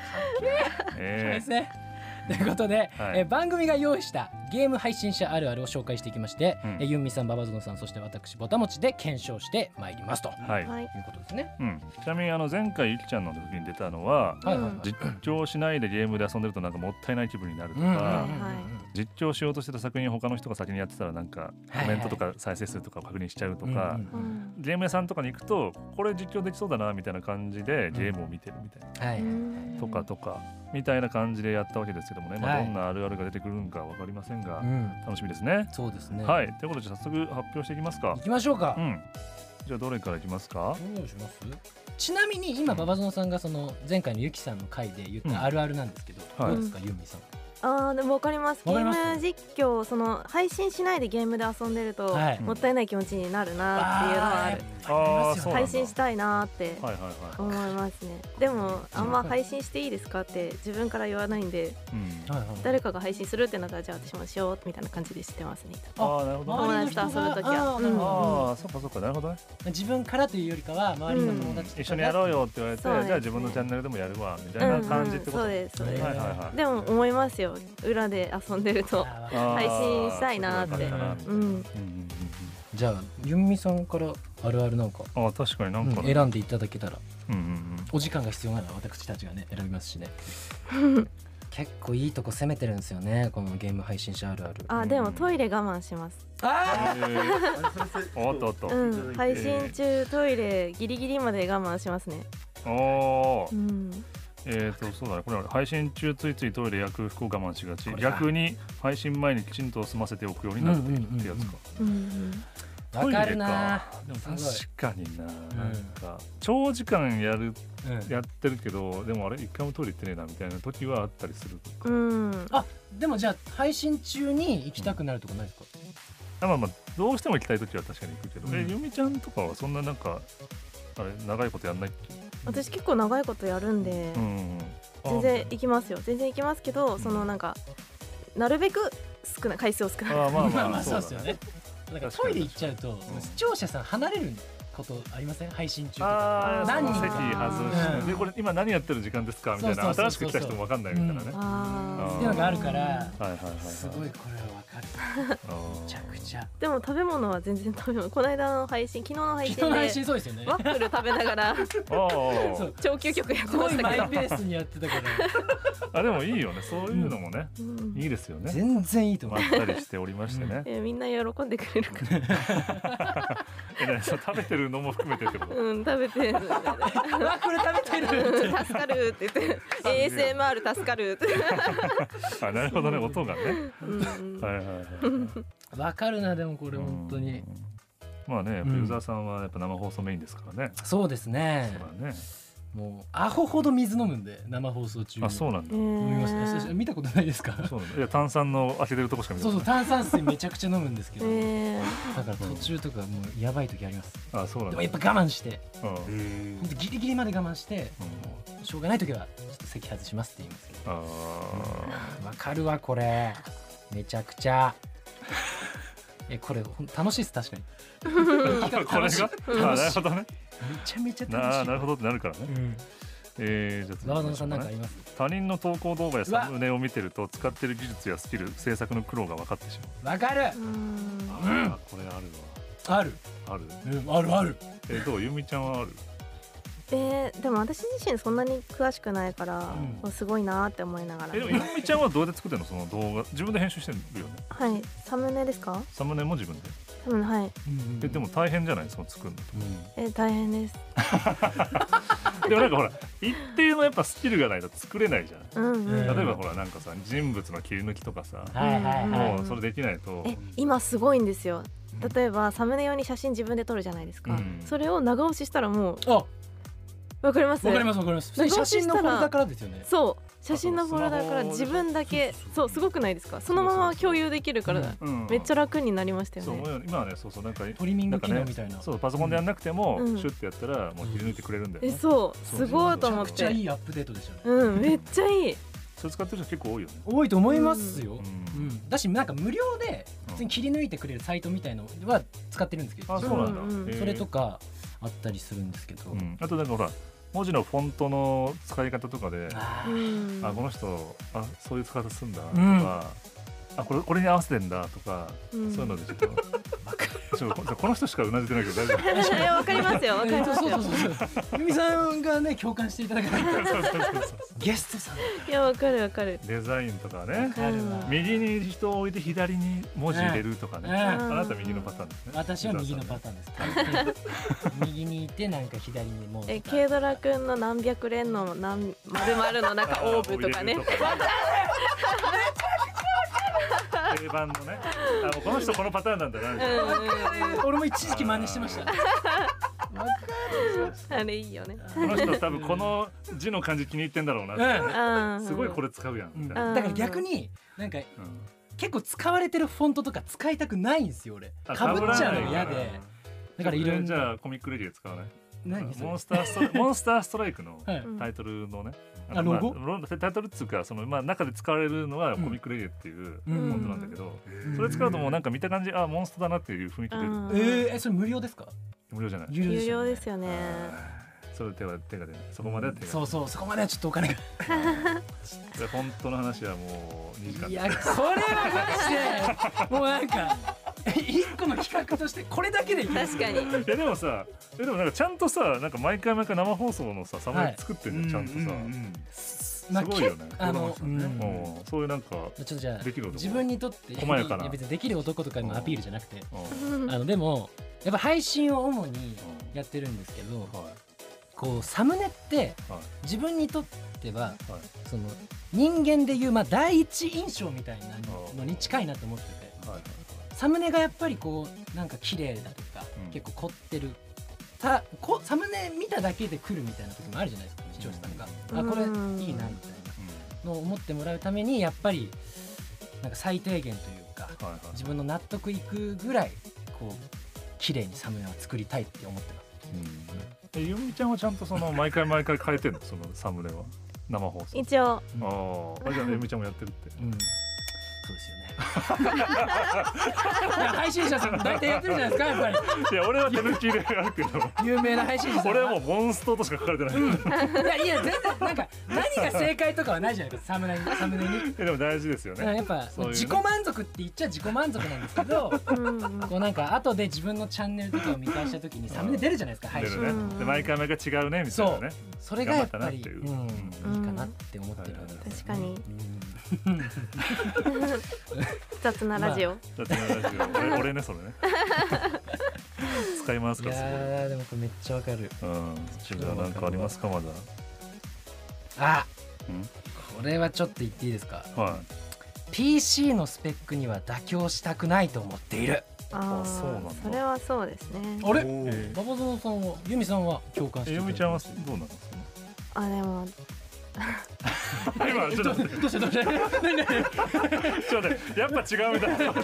Speaker 1: え
Speaker 3: すね ということで、
Speaker 1: はい
Speaker 3: えー番組が用意したゲーム配信者あるあるを紹介していきまして、
Speaker 1: うん
Speaker 3: えーユンミさんババゾノさんそして私ボタモチで検証してまいりますとい
Speaker 1: えはい。
Speaker 4: はい、
Speaker 3: うことですね。
Speaker 1: うん。ちなみにあの前回ゆきちゃんの時に出たのは、
Speaker 3: はいはいはい
Speaker 1: 実況しないでゲームで遊んでるとなんかもったいない気分になると
Speaker 3: うんうんうんうん
Speaker 1: か。
Speaker 4: はい
Speaker 1: 実況しようとしてた作品を他の人が先にやってたらなんかコメントとか再生数とかを確認しちゃうとか、
Speaker 3: うんうん
Speaker 4: う
Speaker 3: うん
Speaker 4: ん
Speaker 1: ゲーム屋さんとかに行くとこれ実況できそうだなみたいな感じでゲームを見てるみたいな、
Speaker 3: はい
Speaker 4: うん
Speaker 1: とかとかみたいな感じでやったわけですけどもね、ま
Speaker 3: は
Speaker 1: あ、
Speaker 3: い
Speaker 1: どんなあるあるが出てくるのかわかりませんが、
Speaker 3: うん
Speaker 1: 楽しみですね。
Speaker 3: そうですね。
Speaker 1: はいということでじゃあ早速発表していきますか
Speaker 3: 行。きましょうか
Speaker 1: う。ん、じゃあどれからいきますか
Speaker 3: どうしますちなみに今ババゾノさんがその前回のユキさんの回で言っ
Speaker 1: うん
Speaker 3: たあるあるなんですけど、
Speaker 1: はい
Speaker 3: どうですかユンミさん。
Speaker 4: あーでも分かりますゲ
Speaker 3: わかり
Speaker 4: ー
Speaker 3: ます
Speaker 4: ム実況その配信しないでゲームで遊んでると、
Speaker 3: はい
Speaker 4: もったいない気持ちになるなっていうのはある
Speaker 1: あーそうなんだ
Speaker 4: 配信したいなって
Speaker 1: はいはいはい。
Speaker 4: 思いますねでもあんま配信していいですかって自分から言わないんで
Speaker 1: うん、
Speaker 3: はいはい
Speaker 4: 誰かが配信するってなったらじゃあ私もしようみたいな感じでしてますね
Speaker 1: ああなるほどね。
Speaker 4: 周りの人と遊ぶ時は
Speaker 3: あーなるほど
Speaker 1: ああそっかそっかなるほどね。
Speaker 3: 自分からというよりかは周りの友達とかが
Speaker 1: 一緒にやろうよって言われて、じ
Speaker 4: そうですね
Speaker 1: ゃあ自分のチャンネルでもやるわみた
Speaker 4: う
Speaker 1: い
Speaker 4: ん、う、
Speaker 1: なん感じってこと、
Speaker 4: そうですそう
Speaker 1: は
Speaker 4: で
Speaker 1: い
Speaker 4: す
Speaker 1: はいはい。
Speaker 4: でも思いますよ裏で遊んでると
Speaker 3: あー
Speaker 1: あー
Speaker 4: 配信したいなーって
Speaker 1: そういうことだったな
Speaker 4: うんうん
Speaker 1: うんうんうん
Speaker 3: じゃあユンミさんからあるあるなんか、
Speaker 1: うんあー確かにな
Speaker 3: うんん
Speaker 1: か、ね
Speaker 3: 選んでいただけたら
Speaker 1: うんうんうん、
Speaker 3: お時間が必要なら私たちがね選びま すしね結構いいとこ攻めてるんですよねこのゲーム配信者あるある
Speaker 4: あでもトイレ我慢します
Speaker 3: あ
Speaker 1: おっとおっと。
Speaker 4: うん配信中トイレギリギリまで我慢しますね
Speaker 1: おお
Speaker 4: う。ん
Speaker 1: えっ、とそうだねこれは配信中ついついトイレや空腹を我慢しがち
Speaker 6: これか
Speaker 1: 逆に配信前にきちんと済ませておくようになるってってやつか
Speaker 4: うん
Speaker 1: ト
Speaker 3: わ
Speaker 1: イレ
Speaker 3: かるな
Speaker 1: でも確
Speaker 3: す
Speaker 1: かにな,、なんか長時間やる
Speaker 3: うん
Speaker 1: やってるけどでもあれ一回もトイレ行ってねえなみたいな時はあったりする
Speaker 4: うん
Speaker 3: あでもじゃあ配信中に行きたくなるとかないですか、
Speaker 1: あまあまあどうしても行きたい時は確かに行くけど、
Speaker 3: うん
Speaker 1: えゆみちゃんとかはそんななんかあれ長いことやんないっけ
Speaker 4: 私結構長いことやるんで、
Speaker 1: うんあ
Speaker 4: 全然行きますよ全然行きますけどそのなんかなるべく少ない回数を少ない
Speaker 1: あまあ
Speaker 3: ま
Speaker 1: ま
Speaker 3: あ
Speaker 1: あ
Speaker 3: まあそう
Speaker 1: だ
Speaker 3: ですよねなんか
Speaker 1: 確
Speaker 3: ト
Speaker 1: かに
Speaker 3: イレ行っちゃうと、
Speaker 1: うん
Speaker 3: 視聴者さん離れることありません配信中とか
Speaker 1: ああ
Speaker 3: 何人
Speaker 1: 席
Speaker 3: か
Speaker 1: 外して、
Speaker 3: うん
Speaker 1: でこれ今何やってる時間ですかみたいな
Speaker 3: そうそうそうそ
Speaker 1: 新
Speaker 3: う
Speaker 1: しく来た人も分かんないみたいなね、
Speaker 3: うん
Speaker 1: は
Speaker 3: っ
Speaker 4: あー
Speaker 3: ていうのがあるから
Speaker 1: いはいはいはい
Speaker 3: すごいこれはわかる
Speaker 1: あー
Speaker 3: めちゃくちゃ
Speaker 4: でも食べ物は全然食べ物この間の配信昨日の配信
Speaker 3: 人
Speaker 4: で
Speaker 3: の配信そうですよね
Speaker 4: ワッフル食べなが ら
Speaker 1: あー
Speaker 3: そう
Speaker 4: 超究極やって
Speaker 3: す
Speaker 4: ま
Speaker 3: ごい
Speaker 4: した
Speaker 3: マ
Speaker 4: け
Speaker 3: イ
Speaker 4: ど
Speaker 3: ペースにやって たから
Speaker 1: あでもいいよねそういうのもね、
Speaker 4: うん
Speaker 1: いいですよね
Speaker 3: 全然いいと
Speaker 1: まったりしておりましてね、
Speaker 4: えーみんな喜んでくれるから、
Speaker 1: え何そう食べてるのも含めてって こと
Speaker 4: うん、食べて、 うん
Speaker 3: うわこれ食べてる
Speaker 4: 助かるって言って ASMR 助かるって、
Speaker 1: あなるほどね音がね
Speaker 4: うん
Speaker 1: はいはいはい
Speaker 3: わかるなでもこれ本当
Speaker 1: う
Speaker 3: に
Speaker 1: んまあねやっぱ
Speaker 3: うん
Speaker 1: ユーザーさんはやっぱ生放送メインですからね、
Speaker 3: そうですね
Speaker 1: そうだね
Speaker 3: もうアホほど水飲むんで生放送中に
Speaker 1: あそうなんだ、
Speaker 3: 飲みましたえ見たことないですか
Speaker 1: そうなんだいや炭酸の開けてるとこしか見た
Speaker 3: そう
Speaker 1: こ
Speaker 3: そ
Speaker 1: と
Speaker 3: う
Speaker 1: ない
Speaker 3: 炭酸水めちゃくちゃ飲むんですけ
Speaker 4: え
Speaker 3: ど
Speaker 4: ー
Speaker 3: だから途中とかもうやばい時あります
Speaker 1: あそうなん
Speaker 3: でも
Speaker 1: だ
Speaker 3: やっぱ我慢して
Speaker 1: うん
Speaker 6: え
Speaker 3: ほんとギリギリまで我慢して
Speaker 1: うん
Speaker 3: しょうがない時はちょっと席外しますって言いますけ
Speaker 1: あ
Speaker 3: どわかるわこれめちゃく ちゃえこれほん楽しいです確かに
Speaker 1: ー これがあなるほどね
Speaker 3: めちゃめちゃ楽し
Speaker 1: ないなるほどってなるからね
Speaker 3: うん
Speaker 1: えー、じゃあ次
Speaker 3: ラ
Speaker 1: 行
Speaker 3: ー
Speaker 1: きまし
Speaker 3: ドンさ
Speaker 1: ょうん
Speaker 3: なん
Speaker 1: か
Speaker 3: かあ
Speaker 1: ね
Speaker 3: ります
Speaker 1: 他人の投稿動画やサムネを見てると使ってる技術やスキル制作の苦労が分かってし
Speaker 3: わかる
Speaker 4: うん
Speaker 1: まう、あーこれある
Speaker 3: あ
Speaker 1: わあ
Speaker 3: る、
Speaker 1: る
Speaker 3: うん、あるある
Speaker 1: えーどうゆみちゃんはある
Speaker 4: えーでも私自身そんなに詳しくないから、
Speaker 1: うん
Speaker 4: もうすごいなーって思いながら、
Speaker 1: えでもゆみちゃんはどうやって作ってるのその動画自分で編集してるよね
Speaker 4: はいサムネですか
Speaker 1: サムネも自分で
Speaker 4: 多分はい
Speaker 1: えでも大変じゃないその作る
Speaker 4: えー大変です
Speaker 1: のでもなんかほら一定のやっぱスキルがないと作れないじゃん
Speaker 4: うんうん、
Speaker 1: 例えばほらなんかさ人物の切り抜きとかさ
Speaker 3: はいはいはい
Speaker 1: もうそれできないと
Speaker 4: え今すごいんですよ例えばサムネ用に写真自分で撮るじゃないですか、
Speaker 1: うん
Speaker 4: それを長押ししたらもう
Speaker 3: あわ
Speaker 4: わかります
Speaker 3: かりますわかります普通に写真のフォルダからですよね
Speaker 4: そう写真のフォルダから
Speaker 1: あのスマホで
Speaker 4: 自分だけそうすごくないですかそのまま共有できるから
Speaker 1: うん
Speaker 4: めっちゃ楽になりましたよ
Speaker 1: そう
Speaker 4: ね
Speaker 1: 思うよ今はねそうそうなんか
Speaker 3: トリミン
Speaker 1: な
Speaker 3: グ
Speaker 1: んか
Speaker 3: 機能
Speaker 1: ね
Speaker 3: みたいな
Speaker 1: そうパソコンでやんなくても、
Speaker 4: うん
Speaker 1: シュッてやったらもう切り抜いてくれるんだよ
Speaker 4: え
Speaker 1: ね、
Speaker 4: そう
Speaker 1: そう
Speaker 4: すごいと
Speaker 1: う
Speaker 4: 思
Speaker 3: めち
Speaker 4: っ
Speaker 3: ゃくちゃ
Speaker 4: て
Speaker 3: いいアップデートですよね、
Speaker 4: うんめっちゃいい
Speaker 1: それ使ってる人結構多いよね
Speaker 3: 多いと思います
Speaker 1: う
Speaker 3: よ、うんんだしなんか無料で普通に切り抜いてくれるサイトみたいのは使ってるんですけど、
Speaker 1: あそうなんだ、
Speaker 4: うんうん
Speaker 1: へー
Speaker 3: それとかあったりするんですけど、
Speaker 1: うんあとなんかほら文字のフォントの使い方とかで、
Speaker 3: あ
Speaker 4: う
Speaker 3: ー
Speaker 4: ん
Speaker 1: あこの人あそういう使い方すんだとか、
Speaker 3: うん
Speaker 1: あこれこれに合わせてんだとか、
Speaker 4: うん
Speaker 1: そういうのでちょっとちょここの人しかうなずいてないけど大丈
Speaker 4: えわかりますよわかりま
Speaker 3: そ
Speaker 4: す
Speaker 3: うそ
Speaker 4: よ
Speaker 3: うそうそうゆみさんがね共感していただけたら
Speaker 1: 夫そうそうそうそう
Speaker 3: ゲストさん
Speaker 4: いやわかるわかる
Speaker 1: デザインとかね
Speaker 3: あるわ
Speaker 1: 右に人を置いて左に文字入れるとかね、
Speaker 3: うん
Speaker 1: あなた右のパターンですね
Speaker 3: 私は右のパターンですから、 右にいてなんか左にもう
Speaker 4: え軽ドラくんの何百連の何丸々の中オーブとかね
Speaker 1: 定番のねあもうこの人このパターンなんだなみ
Speaker 4: う
Speaker 1: たい
Speaker 4: ん
Speaker 1: な、
Speaker 4: うん
Speaker 3: 俺も一時期真似してました
Speaker 4: あれいいよね
Speaker 1: この人多分この字の漢字気に入ってんだろうな、
Speaker 4: あ
Speaker 1: すごいこ
Speaker 4: れ
Speaker 1: れ使うやん
Speaker 3: うん
Speaker 1: み
Speaker 3: だ
Speaker 1: たいな、
Speaker 4: うん
Speaker 3: から逆になんか結構使われてるフォントとか使いたくないんですよ俺かぶっちゃうの嫌でだからいろん
Speaker 1: じゃ
Speaker 3: な
Speaker 1: あコミックレディで使わない
Speaker 3: 何それ
Speaker 1: モンスタースト ライモンスターストライクの
Speaker 3: はい
Speaker 1: タイトルのね、
Speaker 3: あ
Speaker 1: の
Speaker 3: ロゴ
Speaker 1: まあロタイトルっつうかその、まあ、中で使われるのは
Speaker 3: うん
Speaker 1: コミックレディっていう
Speaker 3: う
Speaker 1: フ
Speaker 3: ん
Speaker 1: ォントなんだけど、
Speaker 6: ー
Speaker 1: それ使うともうなんか見た感じあモンストだなっていう雰囲気出る、
Speaker 3: えー、えそれ無料ですか
Speaker 1: 無料じゃない
Speaker 3: 有
Speaker 4: 有料
Speaker 3: よね
Speaker 4: ですよね
Speaker 1: それ手は手が出ないそこまでは手が出ない
Speaker 3: そうそうそこまではちょっとお金が
Speaker 1: でフォントの話はもう2時間
Speaker 3: いやそれはマジでもうなんか一個の企画としてこれだけでいい
Speaker 4: 確かに
Speaker 1: いやでもさえでもなんかちゃんとさなんか毎回毎回生放送のさサム
Speaker 3: は
Speaker 1: ネ
Speaker 3: い
Speaker 1: 作ってんじゃん、ちゃんとさ、
Speaker 3: す
Speaker 1: すごいよね
Speaker 3: あの、
Speaker 6: 子供ですよ
Speaker 3: うん
Speaker 1: もうそういうなんか、
Speaker 3: ちょっとじゃあ
Speaker 1: できる男
Speaker 3: 自分にとって
Speaker 1: 細やかない
Speaker 3: や別にできる男とかのアピールじゃなくて、
Speaker 1: うん
Speaker 4: うん
Speaker 3: あのでもやっぱ配信を主にやってるんですけど、
Speaker 1: はい、
Speaker 3: こうサムネって
Speaker 1: はい
Speaker 3: 自分にとっては
Speaker 1: は
Speaker 3: その人間でいうまあ第一印象みたいなのに近いなと思ってて
Speaker 1: はい
Speaker 3: サムネがやっぱりこうなんか綺麗だとか、
Speaker 1: うん
Speaker 3: 結構凝ってるたこサムネ見ただけで来るみたいな時もあるじゃないですか視聴者さんが、
Speaker 4: うん
Speaker 3: あこれ
Speaker 4: うん
Speaker 3: いいなみたいなのを思ってもらうためにやっぱりなんか最低限というか
Speaker 1: うんはいはい
Speaker 3: 自分の納得いくぐらいこう綺麗にサムネは作りたいって思ってます
Speaker 1: えゆみちゃんはちゃんとその毎回毎回変えてんのそのサムネは生放送
Speaker 4: 一応
Speaker 1: あーあじゃあゆみちゃんもやってるって
Speaker 3: うんそうですよね いや配信者さん大体やってるじゃないですかやっぱ
Speaker 1: いや俺は手抜き入れあるけど
Speaker 3: り有名な配信者さん
Speaker 1: 俺はもうモンストとしか書かれてない、
Speaker 3: いやいや全然なんか何が正解とかはないじゃないですかサムネにサムネ に。
Speaker 1: えでも大事ですよ
Speaker 3: だから
Speaker 1: ね
Speaker 3: やっぱ
Speaker 1: そういうね
Speaker 3: 自己満足って言っちゃ自己満足なんですけ ど
Speaker 4: うんうん
Speaker 3: こうなんか後で自分のチャンネルとかを見返した時にサムネ出るじゃないですか
Speaker 1: 出
Speaker 3: 配信
Speaker 1: る
Speaker 4: は
Speaker 1: ね
Speaker 4: いそう
Speaker 1: で毎回毎回違うねみたいなね
Speaker 3: それがやっぱり
Speaker 1: 頑張ったなっていう
Speaker 3: うん
Speaker 1: うん
Speaker 3: いいかなって思ってるわけです
Speaker 4: 確かに
Speaker 3: うん
Speaker 4: 雑なラジオ、
Speaker 1: だってなラジオ俺俺ねそれね 使い回す
Speaker 3: い
Speaker 1: からすご
Speaker 3: やーでもこれめっちゃわかる
Speaker 1: いうん違うなんかありますかまだ
Speaker 3: あ
Speaker 1: うん
Speaker 3: これはちょっと言っていいですか
Speaker 1: は
Speaker 3: PC のスペックには妥協したくないと思っている
Speaker 4: あ
Speaker 1: あ
Speaker 4: あ
Speaker 1: そうなんだ
Speaker 4: それはそうですね
Speaker 3: あれ
Speaker 1: い
Speaker 6: おー
Speaker 1: え
Speaker 3: 馬場園さんは由美さんは共感
Speaker 1: え
Speaker 3: して
Speaker 1: ゆ
Speaker 3: る
Speaker 1: みちゃんはどうなのその
Speaker 4: あでも
Speaker 1: 今ちょっと待って
Speaker 3: どうしたどうした
Speaker 1: ちょっと待ってやっぱ違うみた いな。
Speaker 4: いや違う違う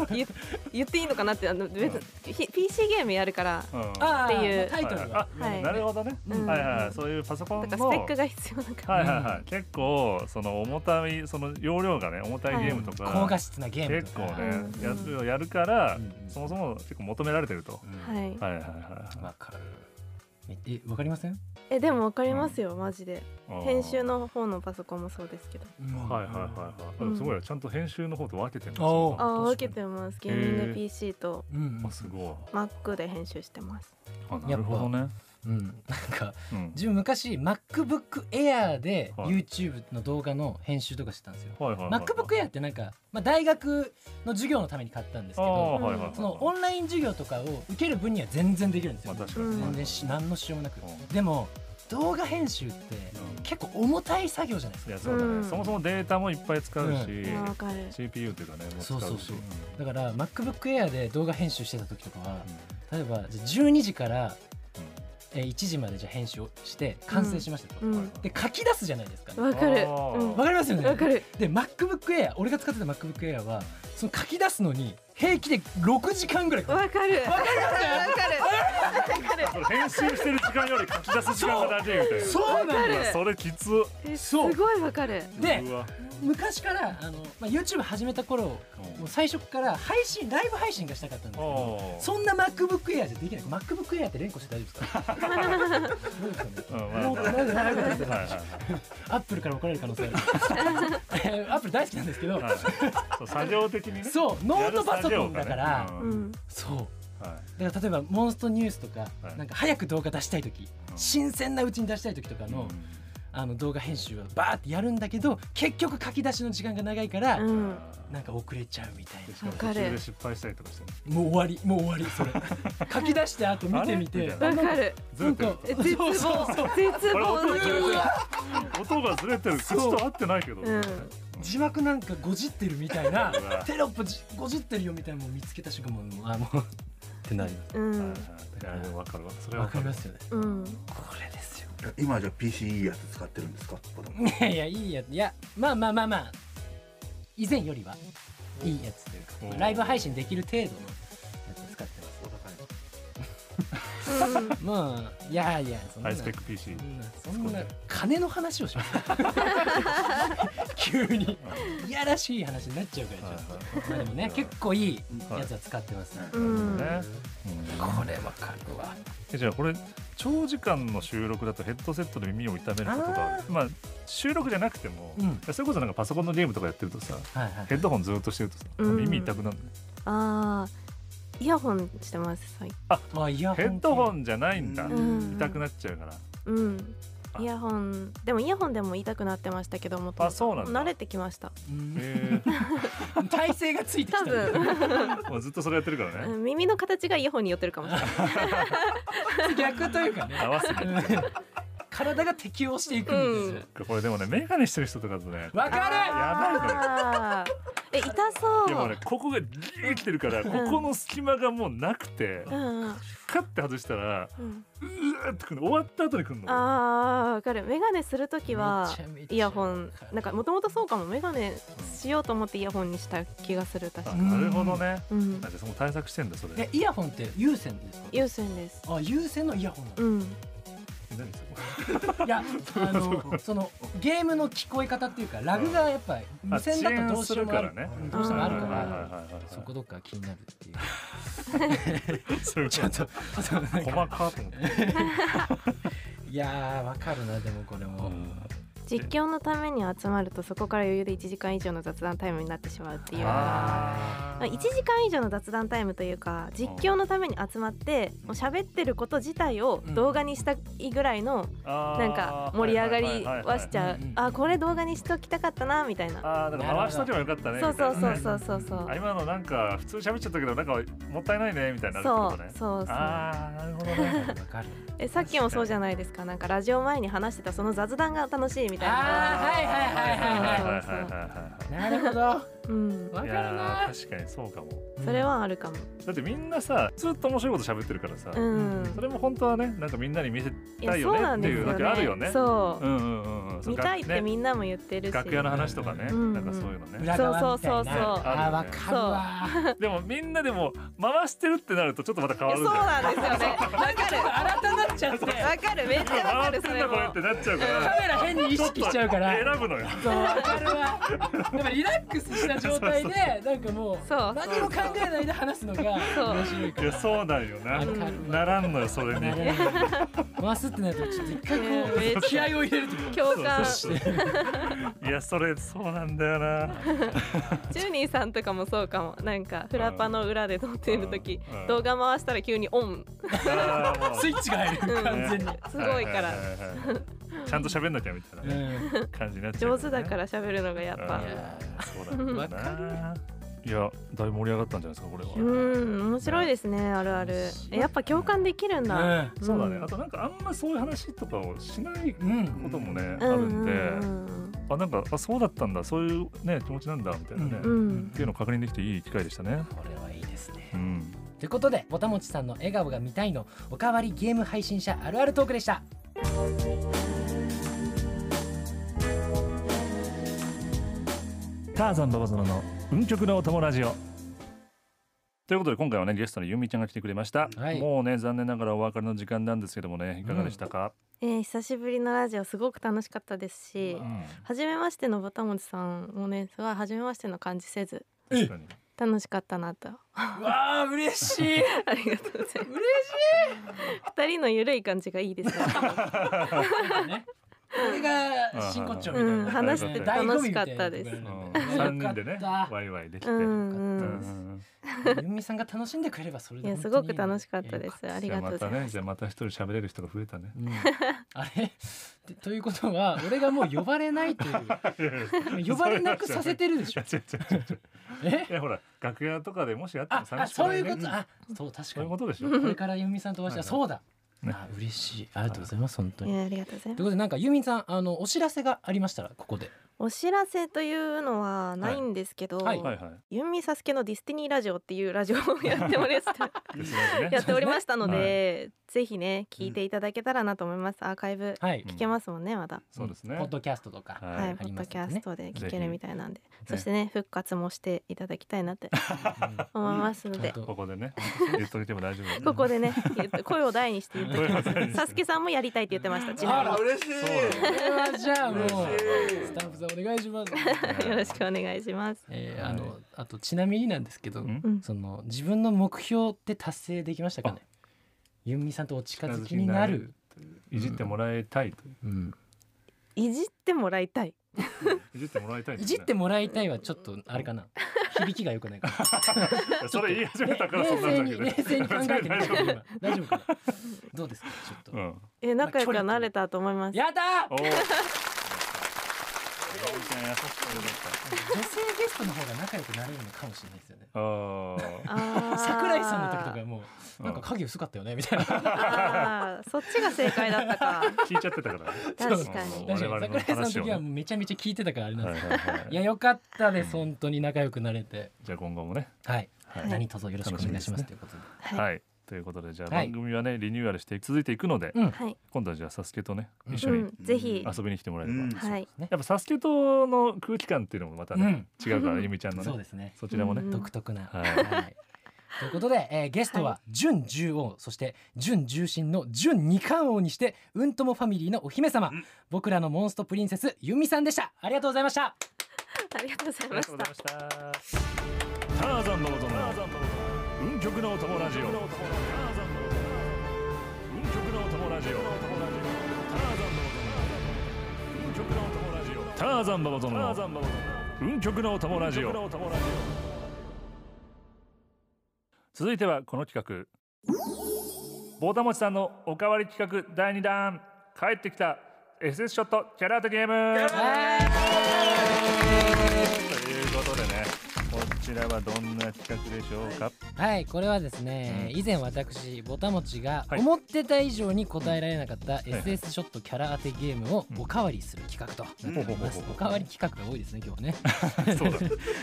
Speaker 4: 今言言っていいのかなってあの別にひ PC ゲームやるから
Speaker 1: うん
Speaker 3: あー
Speaker 4: っていう
Speaker 3: タイトルは
Speaker 1: あ、
Speaker 4: はい
Speaker 1: なるほどね。
Speaker 4: うん
Speaker 1: はいはい、そういうパソコ
Speaker 4: だ
Speaker 1: ン
Speaker 4: から
Speaker 1: の。
Speaker 4: スペッ
Speaker 1: は
Speaker 4: ク
Speaker 1: い
Speaker 4: が必要だから
Speaker 1: はいはい、結構その重たいその容量がね重たいゲームとか、
Speaker 3: 高画質なゲームと
Speaker 1: 結
Speaker 3: か
Speaker 1: 構ね
Speaker 4: うん
Speaker 1: やるやるから、
Speaker 3: うん
Speaker 1: そもそも結構求められてると。
Speaker 4: はい
Speaker 1: はいはいはいは
Speaker 3: わかるえわかりません、
Speaker 4: えでもわかりますよ、マジで
Speaker 1: い。
Speaker 4: 編集の方のパソコンもそうですけど
Speaker 1: うん。はいはいはいは
Speaker 4: う
Speaker 1: い。
Speaker 4: ん
Speaker 1: すごいよちゃんと編集の方と分けてるんです
Speaker 3: お
Speaker 1: よ
Speaker 3: ー。
Speaker 4: ああ
Speaker 3: 確
Speaker 4: 分
Speaker 3: かに
Speaker 4: けてますゲーミン
Speaker 1: へー
Speaker 4: グ PC と
Speaker 3: うんうん
Speaker 1: あすご
Speaker 4: Mac で編集してます
Speaker 1: い。あなるほどね。
Speaker 3: うん、なんか
Speaker 1: うん。
Speaker 3: 自分昔 MacBook Air で
Speaker 1: はい
Speaker 3: YouTube の動画の編集とかしてたんですよ、
Speaker 1: はいはいはいはい。
Speaker 3: MacBook Air ってなんか、まあ、大学の授業のために買ったんです
Speaker 1: あ
Speaker 3: けど
Speaker 1: ーはいはいはい。
Speaker 3: そのオンライン授業とかを受ける分には全然できるんです
Speaker 1: ま
Speaker 3: よ、
Speaker 1: あ確かに
Speaker 4: うん
Speaker 1: は
Speaker 3: 全
Speaker 1: い。
Speaker 3: 然し何の支障もなく、
Speaker 1: うん
Speaker 3: でも動画編集って結構重たい作業じゃないです
Speaker 1: い
Speaker 3: か
Speaker 1: やそうだ
Speaker 4: う
Speaker 1: ね。
Speaker 4: ん
Speaker 1: そもそもデータもいっぱい使うし。
Speaker 4: あわかる
Speaker 1: CPU っていうかねも
Speaker 3: そうそうそうんだから MacBook Air で動画編集してた時とかは例えばじゃあ12時からえー1時までじゃあ編集をして完成しましたと、
Speaker 4: うん
Speaker 1: はい
Speaker 3: で書き出すじゃないですかわ
Speaker 4: わかる
Speaker 1: あー
Speaker 4: うん
Speaker 3: かりますよね
Speaker 4: わかる
Speaker 3: で MacBook Air 俺が使ってた MacBook Air はその書き出すのに平気で6時間ぐらいかかる
Speaker 4: わかるわかるわかる
Speaker 1: それ編集してる時間より書き出す時間が大事みたいな
Speaker 3: そうなんだ
Speaker 4: わ
Speaker 1: う
Speaker 4: か
Speaker 1: わ
Speaker 4: る
Speaker 1: それきつ
Speaker 4: えす
Speaker 3: そう
Speaker 4: ごいわかる
Speaker 3: で
Speaker 1: うわ
Speaker 3: 昔からあの、まあ、YouTube 始めた頃もう最初から配信ライブ配信がしたかったんですけど
Speaker 1: おー
Speaker 3: そんな MacBook Air じゃできない MacBook Air って連呼して大丈夫ですか どうですかね
Speaker 1: うんまあ
Speaker 3: もう大丈夫大丈夫大丈夫
Speaker 1: はいはい
Speaker 3: アップルから怒られる可能性 あるえーアップル大好きなんですけど、
Speaker 1: はいそう作業的にね
Speaker 3: そうノートパソコンだから、
Speaker 1: やる作業がね
Speaker 4: う
Speaker 1: うん
Speaker 4: ん
Speaker 3: そう
Speaker 1: は
Speaker 3: だから例えばモンストニュースとか、
Speaker 1: はい
Speaker 3: なんか早く動画出したい時、
Speaker 1: うん
Speaker 3: 新鮮なうちに出したい時とか
Speaker 1: い
Speaker 3: の,、あの動画編集はバーってやるんだけど結局書き出しの時間が長いから、
Speaker 1: う
Speaker 4: う
Speaker 1: ん
Speaker 4: ん
Speaker 3: なんか遅れちゃうみたい
Speaker 1: でしかも
Speaker 4: わ
Speaker 1: 途
Speaker 4: かる
Speaker 1: 中で失敗したりとかしてね
Speaker 3: なもう終わりもう終わり それ書き出してあと見てみ
Speaker 1: あ
Speaker 3: て
Speaker 1: れみた
Speaker 4: わ
Speaker 1: い
Speaker 4: かる
Speaker 1: ずれてる
Speaker 4: え絶
Speaker 3: そう
Speaker 4: 望
Speaker 3: そうそう
Speaker 4: 絶
Speaker 1: これ
Speaker 4: 望
Speaker 1: 音がずれてる
Speaker 4: うわ
Speaker 1: 音がずれてる口と合ってないけど
Speaker 4: うん
Speaker 3: 字幕なんかごじってるみたいな
Speaker 1: うわ
Speaker 3: テロップじごじってるよみたいなのを見つけた瞬間もうあもうってなります
Speaker 4: うん
Speaker 1: いやでもわかるわそれは
Speaker 3: わ
Speaker 1: わ
Speaker 3: か
Speaker 1: か
Speaker 3: り
Speaker 1: る
Speaker 3: ますよね
Speaker 4: うん
Speaker 3: これですよ
Speaker 6: 今じゃあ PC いいやつ使ってるんですか子供
Speaker 3: いやいやいいやいやまあまあまあまあ以前よりはいいやつというか
Speaker 1: お
Speaker 3: ライブ配信できる程度のやつ使ってます
Speaker 4: うん
Speaker 3: まあいやいやそんな
Speaker 1: ハイスペック PC
Speaker 3: そんなそんな金の話をします急にいやらしい話になっちゃうからちょっとまあでもね結構いいやつは使ってますね
Speaker 6: はい
Speaker 4: うん
Speaker 1: ねうん
Speaker 3: これわかるわ
Speaker 1: えじゃあこれ長時間の収録だとヘッドセットで耳を痛めることがあるまあ収録じゃなくても、
Speaker 3: うん
Speaker 1: いやそれこそなんかパソコンのゲームとかやってるとさ
Speaker 3: はいはい
Speaker 1: ヘッドホンずっとしてるとさ、
Speaker 4: うん
Speaker 1: 耳痛くなるね
Speaker 4: あーイヤホンしてます最近
Speaker 3: まあイヤホン
Speaker 1: ヘッドホンじゃないんだ、
Speaker 6: う
Speaker 1: 痛くなっちゃうから
Speaker 4: うん
Speaker 1: あ
Speaker 4: イヤホンでもイヤホンでも痛くなってましたけどもともと
Speaker 1: あそうなんだ
Speaker 4: 慣れてきました
Speaker 1: え
Speaker 3: 体勢がついてきた
Speaker 4: 多
Speaker 3: んだよ
Speaker 4: 分、
Speaker 1: ーもうずっとそれやってるから
Speaker 4: う
Speaker 1: ね
Speaker 4: ん耳の形がイヤホンに寄ってるかもしれない
Speaker 3: 逆というかね
Speaker 1: 合わせて
Speaker 3: 体が適応していくんですよ
Speaker 1: これでもね眼鏡してる人とかとね
Speaker 3: わか
Speaker 1: やばい
Speaker 3: る
Speaker 1: ね
Speaker 4: あーえ痛そう
Speaker 1: いやもうねここがギーってるからここの隙間がもうなくて
Speaker 4: うんうん
Speaker 1: カッて外したら
Speaker 4: うん、
Speaker 1: うーってくるの終わった後に来るの
Speaker 4: あーわかる眼鏡する時は
Speaker 3: めちゃめちゃ
Speaker 4: イヤホンなんかもともとそうかも眼鏡しようと思ってイヤホンにした気がする確
Speaker 1: あ
Speaker 4: かに、
Speaker 1: なるほどね
Speaker 4: うん
Speaker 1: あ、じゃあその対策してんだそれ
Speaker 3: えイヤホンって有線ですか
Speaker 4: 優先です
Speaker 3: あ有線のイヤホンなの
Speaker 4: うん
Speaker 1: 何そこ
Speaker 3: いやあのそのゲームの聞こえ方っていうかラグがやっぱり無線だとどうしようもある
Speaker 1: あ遅延するからね
Speaker 3: うんどうしてもあるか
Speaker 1: はいはいはい
Speaker 3: ら
Speaker 1: はいはい
Speaker 3: そこどっか気になるっていう
Speaker 1: そういう
Speaker 3: ちょ
Speaker 1: こ
Speaker 3: っと
Speaker 1: と
Speaker 3: そうなんか
Speaker 1: 細かっと思って
Speaker 3: いやーわかるなでもこれも
Speaker 4: 実況のために集まるとそこから余裕で1時間以上の雑談タイムになってしまうっていうのが
Speaker 1: あー
Speaker 4: 1時間以上の雑談タイムというか実況のために集まってもう喋ってること自体を動画にしたいぐらいの
Speaker 1: あー
Speaker 4: なんか盛り上がりはしちゃ
Speaker 3: はいはいはいはいう
Speaker 4: う
Speaker 3: んうん
Speaker 4: あこれ動画にしときたかったなみたいな
Speaker 1: あーだから回しとけばよかったね
Speaker 4: そうそう
Speaker 1: み
Speaker 4: そ
Speaker 1: たいうなね
Speaker 4: そうそうそう
Speaker 1: あ今のなんか普通に喋っちゃったけどなんかもったいないねみたいになる
Speaker 4: そ
Speaker 1: ってこと
Speaker 4: う
Speaker 1: ね
Speaker 4: そうそう
Speaker 1: ああなるほどね
Speaker 3: わかる
Speaker 4: えさっきもそうじゃないですかなんかラジオ前に話してたその雑談が楽しいみた
Speaker 3: あー
Speaker 4: いな
Speaker 3: はいはいはいはい
Speaker 1: は
Speaker 4: はいい
Speaker 1: はいは
Speaker 3: なるほどわ
Speaker 4: うん
Speaker 3: か
Speaker 1: いはい
Speaker 3: る
Speaker 1: いや
Speaker 3: な
Speaker 1: ー確かにそうかも
Speaker 4: それはあるかも
Speaker 1: だってみんなさずっと面白いこと喋ってるからさ
Speaker 4: うん
Speaker 1: それも本当はねなんかみんなに見せ
Speaker 4: い
Speaker 1: た
Speaker 4: や
Speaker 1: い
Speaker 4: そうな
Speaker 1: よ
Speaker 4: ん
Speaker 1: ねって
Speaker 4: で
Speaker 1: い
Speaker 4: す
Speaker 1: うだけあるよ
Speaker 4: よ
Speaker 1: ね
Speaker 4: ねそう
Speaker 1: うんうんうんうんそう
Speaker 4: 見たいって
Speaker 1: 楽ね
Speaker 4: みんなも言ってるし
Speaker 1: 楽屋の話とかね
Speaker 4: うん
Speaker 1: なんかそういうのね
Speaker 3: 裏側みたいな
Speaker 4: そうそうそうそう
Speaker 3: あーわかるわ
Speaker 1: でもみんなでも回してるってなるとちょっとまた変わる
Speaker 4: そ
Speaker 1: ん
Speaker 4: う
Speaker 1: だよね
Speaker 4: なんですよね わかる
Speaker 3: 新たなっちゃって
Speaker 4: わかるめっちゃわか
Speaker 1: 回
Speaker 4: る
Speaker 1: っ
Speaker 4: そ
Speaker 1: てん
Speaker 4: れ
Speaker 1: だ
Speaker 4: も
Speaker 1: これってなっちゃうから
Speaker 3: カメラ変に意識しちゃうから
Speaker 1: 選ぶのよ
Speaker 3: そうわかるわやっぱリラックスした状態でなんかもう
Speaker 4: そう
Speaker 3: 何も考えないで話すのが面白いか
Speaker 1: いやそうなんよ
Speaker 3: ら
Speaker 1: な
Speaker 3: わかるわ
Speaker 1: ならんのよそれに
Speaker 3: 回すってなるとちょっと一回こ
Speaker 4: ねめっ
Speaker 3: う気合を入れるというか
Speaker 4: 共感
Speaker 1: そうそうそういやそれそうなんだよな
Speaker 4: ジュニーさんとかもそうかもなんかフラパの裏で撮ってる時
Speaker 1: うんうん
Speaker 4: 動画回したら急にオン
Speaker 1: あーもう
Speaker 3: スイッチが入る完全に
Speaker 1: ね
Speaker 4: すごいか
Speaker 1: は
Speaker 4: ら
Speaker 1: ははいはいちゃんと喋んなきゃみたいなね感じになっちゃうよ
Speaker 4: 上
Speaker 1: ね
Speaker 4: 手だから喋るのがやっぱ
Speaker 1: いやーそうなんだよ
Speaker 3: わかる
Speaker 1: ないやだいぶ盛り上がったんじゃないですかこれ
Speaker 4: う
Speaker 1: は
Speaker 4: ん面白いですねあるあるえやっぱ共感できるん
Speaker 3: う
Speaker 4: だ
Speaker 3: ん
Speaker 1: そうだねあとなんかあんまそういう話とかをしないこ
Speaker 3: うん
Speaker 1: ともねあ
Speaker 4: うんう
Speaker 1: るん
Speaker 4: んう
Speaker 1: で
Speaker 4: ん
Speaker 1: あなんかあそうだったんだそういうね気持ちなんだみたいなね
Speaker 4: う
Speaker 1: っ
Speaker 4: ん
Speaker 1: ていうのを確認できていい機会でしたね
Speaker 3: これはいいですね
Speaker 1: うん
Speaker 3: ということでぼたもちさんの笑顔が見たいのおかわりゲーム配信者あるあるトークでした
Speaker 1: ターザンババゾノの運極のお友ラジオということで今回はねゲストにゆみちゃんが来てくれました、
Speaker 3: はい
Speaker 1: もうね残念ながらお別れの時間なんですけどもねいかがでしたか、
Speaker 4: えー久しぶりのラジオすごく楽しかったですし
Speaker 1: うん
Speaker 4: 初めましてのぼたもちさんもねすごい初めましての感じせず
Speaker 1: 確かに
Speaker 4: 楽しかったなと
Speaker 3: わあ嬉しい
Speaker 4: ありがとうございます嬉しい二人のゆるい感じがいいですね
Speaker 3: ねこれが真骨頂みたいな、
Speaker 4: うん話
Speaker 1: してて
Speaker 4: 楽しかったです
Speaker 1: うん
Speaker 3: 三
Speaker 1: 3人でねワイワイできて、
Speaker 4: うん
Speaker 1: う
Speaker 4: うん
Speaker 1: ん
Speaker 3: ゆみさんが楽しんでくれればそれ
Speaker 4: い
Speaker 3: で
Speaker 4: や
Speaker 3: 本
Speaker 4: す
Speaker 3: 当
Speaker 4: ご
Speaker 3: に
Speaker 4: く楽しかったで
Speaker 3: よ
Speaker 4: すあり
Speaker 1: じゃ
Speaker 4: が
Speaker 1: あ
Speaker 4: と
Speaker 1: ま
Speaker 4: うござ
Speaker 1: た
Speaker 4: います
Speaker 1: ねじゃあまた一人喋れる人が増え たね
Speaker 3: うんあれでということは俺がもう呼ばれないという呼ばれなくさせてるでし
Speaker 1: い
Speaker 3: ょ
Speaker 1: や違う違う違う
Speaker 3: え
Speaker 1: いやほら楽屋とかでもしやって
Speaker 3: あ
Speaker 1: も
Speaker 3: あ
Speaker 1: 寂しく
Speaker 3: そう
Speaker 1: ないい、
Speaker 3: う
Speaker 1: ね、
Speaker 3: ことあそう確
Speaker 1: そ
Speaker 3: か
Speaker 1: ういうこ
Speaker 3: に
Speaker 1: とでしょ
Speaker 3: これからゆみさんとお会いしたら
Speaker 1: は
Speaker 3: そうだ
Speaker 1: ね
Speaker 3: あ嬉しいありがとうございます本当
Speaker 4: い
Speaker 3: に
Speaker 4: やありがとうござい
Speaker 3: とい
Speaker 4: ます
Speaker 3: うことでなんかゆみさんあのお知らせがありましたらここで
Speaker 4: お知らせというのはないんですけど、
Speaker 3: はい
Speaker 1: はいはい
Speaker 4: ユンミサスケのディスティニーラジオっていうラジオをやっておりました
Speaker 1: ですね
Speaker 4: やっておりましたので、ぜひね聞いていただけたらなと思います。アーカイブ
Speaker 3: はい
Speaker 1: うん
Speaker 4: 聞けますもんねまだ。
Speaker 1: そうですね
Speaker 3: ポッドキャストとか
Speaker 4: はい、
Speaker 1: は
Speaker 3: あ
Speaker 4: ポ
Speaker 3: り
Speaker 4: ッ
Speaker 3: ま
Speaker 4: ド
Speaker 3: す
Speaker 4: キ
Speaker 3: よね
Speaker 4: ャストで聞け
Speaker 1: ぜひ
Speaker 4: るみたいなんで、そしてね復活もしていただきたいなって
Speaker 3: うん
Speaker 4: 思いますので、
Speaker 3: 本
Speaker 1: い、ここで ね言っといても大丈夫
Speaker 4: ここでね言って声を大にして言っておきます。サスケさんもやりたいって言ってました。ちな
Speaker 6: あら嬉しい
Speaker 1: そうだ
Speaker 3: 当これはじゃあもう
Speaker 1: 嬉しい
Speaker 3: スタッフさんお願いします
Speaker 4: みに よろしくお願いします。
Speaker 3: えー
Speaker 1: はい
Speaker 3: あのあとちなみになんですけど、
Speaker 1: うん
Speaker 4: うん、
Speaker 3: その自分の目標って達成できましたかねユンミさんとお近づきになる、
Speaker 1: いじってもらいたいという
Speaker 3: うん、
Speaker 4: いじってもらいたい。
Speaker 1: いじってもらいたいん
Speaker 3: い
Speaker 1: だね
Speaker 3: じってもらいたいはちょっとあれかな響きが良くないから。
Speaker 1: それ言い始めたからそ
Speaker 3: 冷
Speaker 1: んなんだ
Speaker 3: 静に
Speaker 1: けど
Speaker 3: 冷静に考えてみ
Speaker 1: 大
Speaker 3: て
Speaker 1: 丈夫
Speaker 3: 今大丈夫かな。どうですかちょっと。
Speaker 1: うん
Speaker 4: え仲良くはなれたと思います。
Speaker 3: やだ
Speaker 1: お
Speaker 3: ー。
Speaker 1: お優し
Speaker 3: 女性ゲストの方が仲良くなれるのかもしれないですよね。
Speaker 1: たああ
Speaker 4: あー
Speaker 3: 桜井さんの時とかもうなんか影薄かったよねみたい な。
Speaker 4: あーそっちが正解だったか。
Speaker 1: 聞いちゃってたからね
Speaker 4: 確
Speaker 1: かに
Speaker 3: 確か
Speaker 1: 我々の
Speaker 3: に桜井さんの
Speaker 1: 話を
Speaker 3: 時
Speaker 1: ね
Speaker 3: はもうめちゃめちゃ聞いてたからあれなん
Speaker 1: は
Speaker 3: で
Speaker 1: い
Speaker 3: す
Speaker 1: はいはい
Speaker 3: いや良かったです本当に仲良くなれて。
Speaker 1: じゃあ今後もね
Speaker 3: はい。
Speaker 1: はい
Speaker 3: 何卒よろしくお願いしま
Speaker 1: 楽し
Speaker 3: す
Speaker 1: みですね
Speaker 3: ということで。
Speaker 4: はい
Speaker 1: はいということでじゃあ
Speaker 3: はい
Speaker 1: 番組はねリニューアルして続いていくので
Speaker 3: うん
Speaker 4: はい。
Speaker 1: 今度はじゃあサスケとね
Speaker 3: うん
Speaker 1: 一
Speaker 4: う
Speaker 1: 緒に
Speaker 4: ん、ぜひ。
Speaker 1: 遊びに来てもらえれ
Speaker 6: うん
Speaker 1: ば
Speaker 4: はい。
Speaker 1: やっぱサスケとの空気感っていうのもまたね
Speaker 3: う
Speaker 1: 違うからゆみちゃん
Speaker 3: ん。
Speaker 1: の
Speaker 3: そう
Speaker 1: ね
Speaker 3: ですね。
Speaker 1: そちらもね
Speaker 4: うん
Speaker 3: 独特な。
Speaker 1: は
Speaker 3: はいい。ということで、えーゲストは準十王、そして準重心の準二冠王にしてうんともファミリーのお姫様、
Speaker 6: うん
Speaker 3: 僕らのモンストプリンセスユミさんでしたありがとうございました
Speaker 4: ありがとうござ
Speaker 1: あ
Speaker 4: い
Speaker 1: りがとう
Speaker 4: まし
Speaker 1: ござい。
Speaker 4: た
Speaker 1: ました。ターザンの音の運極のお供ラジオ。ターザンの音運極のお供ラジオ。ターザンの音の運極のお供ラジオ。続いてはこの企画。ボータモチさんのおかわり企画第二弾。帰ってきた SS ショットキャラートゲーム。ということでねこちらはどんな企画でしょう か
Speaker 3: はいこれはですね、
Speaker 1: うん
Speaker 3: 以前私ぼたもちが
Speaker 1: はい
Speaker 3: 思ってた以上に答えられなかった
Speaker 1: いはい
Speaker 3: SS ショットキャラ当てゲームを
Speaker 1: うん
Speaker 3: おかわりする企画となっております、
Speaker 1: ほうほうほうほう
Speaker 3: おかわり企画が多いですね今日ね
Speaker 1: そうだ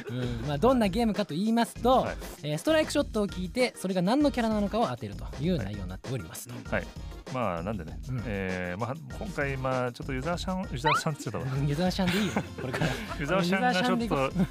Speaker 3: うんまあ、どんなゲームかと言いますと、
Speaker 1: はい
Speaker 3: えーストライクショットを聞いてそれが何のキャラなのかを当てるという内容になっております、
Speaker 1: はいまあなんでね、
Speaker 3: うん
Speaker 1: えーまあ、今回まあちょっとユザーシャンユザーシャンって言っちゃった わ
Speaker 3: ユザーシャンでいいよこれから
Speaker 1: ユザーシャンがちょっ
Speaker 3: ユ
Speaker 1: と
Speaker 3: ザー
Speaker 1: ま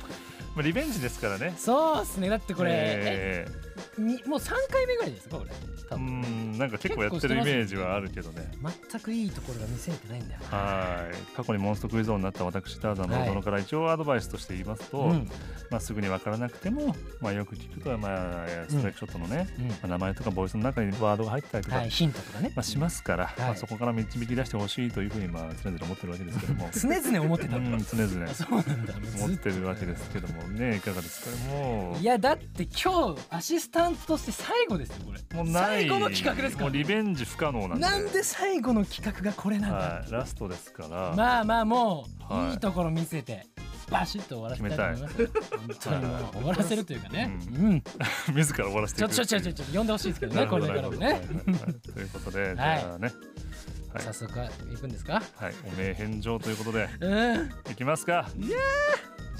Speaker 1: あリベンジですからね
Speaker 3: そうっすねだってこれ、え
Speaker 1: え
Speaker 3: にもう3回目ぐらいですかこれ
Speaker 1: ー
Speaker 3: 多
Speaker 1: う
Speaker 3: 分、
Speaker 1: んなんか結構やってるイメージはあるけどね
Speaker 3: 全くいいところが見せれてないんだよな
Speaker 1: はい過去にモンストクイズ王になった私ターザンの大人から一応アドバイスとして言いますと、
Speaker 3: うん
Speaker 1: まあ、すぐに分からなくても、まあ、よく聞くとは、まあ、ストライクショットのね、
Speaker 3: うん
Speaker 1: まあ名前とかボイスの中にワードが入ってたりとか、
Speaker 3: はい、ヒントとかね
Speaker 1: まあ、しますから、
Speaker 3: い
Speaker 1: まあ、そこから導き出してほしいというふうにまあ常々思ってるわけですけども
Speaker 3: 常々思って
Speaker 1: う
Speaker 3: た
Speaker 1: ん常々
Speaker 3: あそうなんだもうずっと
Speaker 1: 思ってるわけですけどもねいかがですかも
Speaker 3: いやだって今日アシスタントとして最後ですよこれ
Speaker 1: うもうない
Speaker 3: 最後の企画ですか
Speaker 1: もうリベンジ不可能なんで
Speaker 3: なんで最後の企画がこれなんだ、
Speaker 1: はい、ラストですから、
Speaker 3: まあまあもう、
Speaker 1: はい
Speaker 3: い、いところ見せてバシッと終わらせたいと思いますよ本当にも う終わらせるというかね、
Speaker 1: う
Speaker 3: うん、
Speaker 1: 自ら終わらせて
Speaker 3: ち
Speaker 1: い
Speaker 3: ょ
Speaker 1: く
Speaker 3: ちょちょちょちょ呼んでほしいですけど
Speaker 1: な
Speaker 3: ね
Speaker 1: る
Speaker 3: こ
Speaker 1: ほど
Speaker 3: れからもね、
Speaker 1: なるほどはいはいということで、じゃあねはい
Speaker 3: 早速行くんですか
Speaker 1: はいお名返上ということで
Speaker 3: うん
Speaker 1: いきますかじ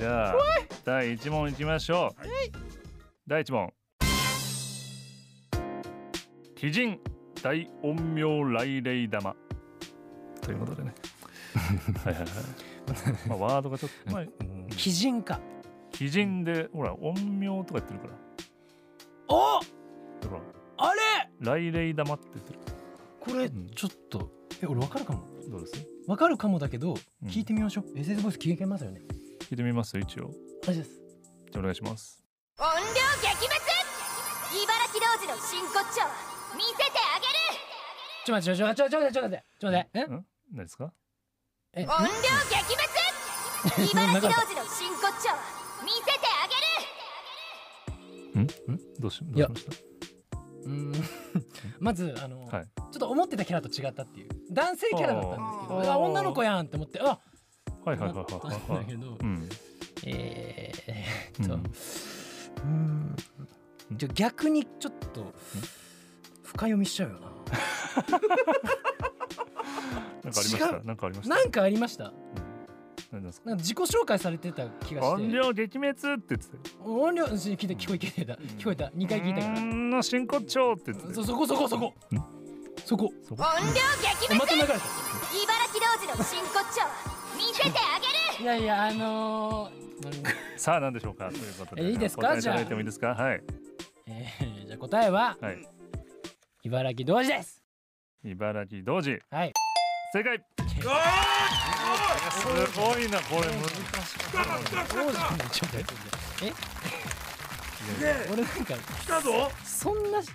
Speaker 1: ゃあ第一問いきましょう、第一問鬼人大陰陽来霊玉ということでねはいはいはいまあワードがちょっと、まあ、
Speaker 3: 鬼人か
Speaker 1: 鬼人でほら陰陽とか言ってるから
Speaker 3: お
Speaker 1: ほ
Speaker 3: あれ
Speaker 1: ら来霊玉って言ってる
Speaker 3: これ
Speaker 1: うん
Speaker 3: ちょっとえ俺わかるかも
Speaker 1: どうです
Speaker 3: わかるかもだけど、
Speaker 1: うん
Speaker 3: 聞いてみましょう SS ボイス聞けますよね
Speaker 1: 聞いてみます一応
Speaker 3: 大丈夫です
Speaker 1: じゃあお願いします
Speaker 7: 音量激滅茨城童子の真骨頂見せてあげる
Speaker 3: ちょ待ってちょ待ってちょ待ってちょ待ってちょ待ってちょ待って
Speaker 1: ん何ですか
Speaker 3: ええ
Speaker 7: 音量激滅茨城童子の真骨頂見せてあげる
Speaker 1: どうしど
Speaker 3: いうや
Speaker 1: しました
Speaker 3: うーん まずあの、
Speaker 1: はい
Speaker 3: ちょっと思ってたキャラと違ったっていう男性キャラだったんですけ
Speaker 1: あー
Speaker 3: どあ女の子やんって思ってあ
Speaker 1: はいはいはい
Speaker 3: なった
Speaker 1: はい
Speaker 3: ん
Speaker 1: は
Speaker 3: だ
Speaker 1: い
Speaker 3: けど、
Speaker 1: うん
Speaker 3: えーえーっと、
Speaker 1: う
Speaker 3: うんーんじゃあ逆にちょっと深読みしちゃうよな
Speaker 1: なんかありました
Speaker 3: 違う
Speaker 1: なんかありました
Speaker 3: なんかありました
Speaker 1: 何ですか
Speaker 3: なんか自己紹介されてた気がして
Speaker 1: 音量撃滅って言ってたよ
Speaker 3: 音量し聞いた聞こえ聞いた聞こえた2回聞いた
Speaker 1: うー
Speaker 3: か
Speaker 1: んの真骨頂って言って
Speaker 3: ら
Speaker 1: た
Speaker 3: そ
Speaker 1: よ
Speaker 3: そこそこそこそこ
Speaker 1: そこ
Speaker 7: 音量激
Speaker 3: え
Speaker 7: 滅
Speaker 3: また流れた
Speaker 7: 茨城童子の真骨頂見せてあげる
Speaker 3: いやいやあのーなんか
Speaker 1: さあ何でしょうかということで
Speaker 3: えいいですか
Speaker 1: お答えいただいてもいいですかはい
Speaker 3: えー、じゃあ答えは
Speaker 1: はい
Speaker 3: 茨城同時です
Speaker 1: 茨城同時
Speaker 3: はい
Speaker 1: 正解すごいなこれ難し
Speaker 3: ちょっと待ってえ
Speaker 6: で
Speaker 3: 俺なんか
Speaker 6: 来たぞ
Speaker 3: そんなす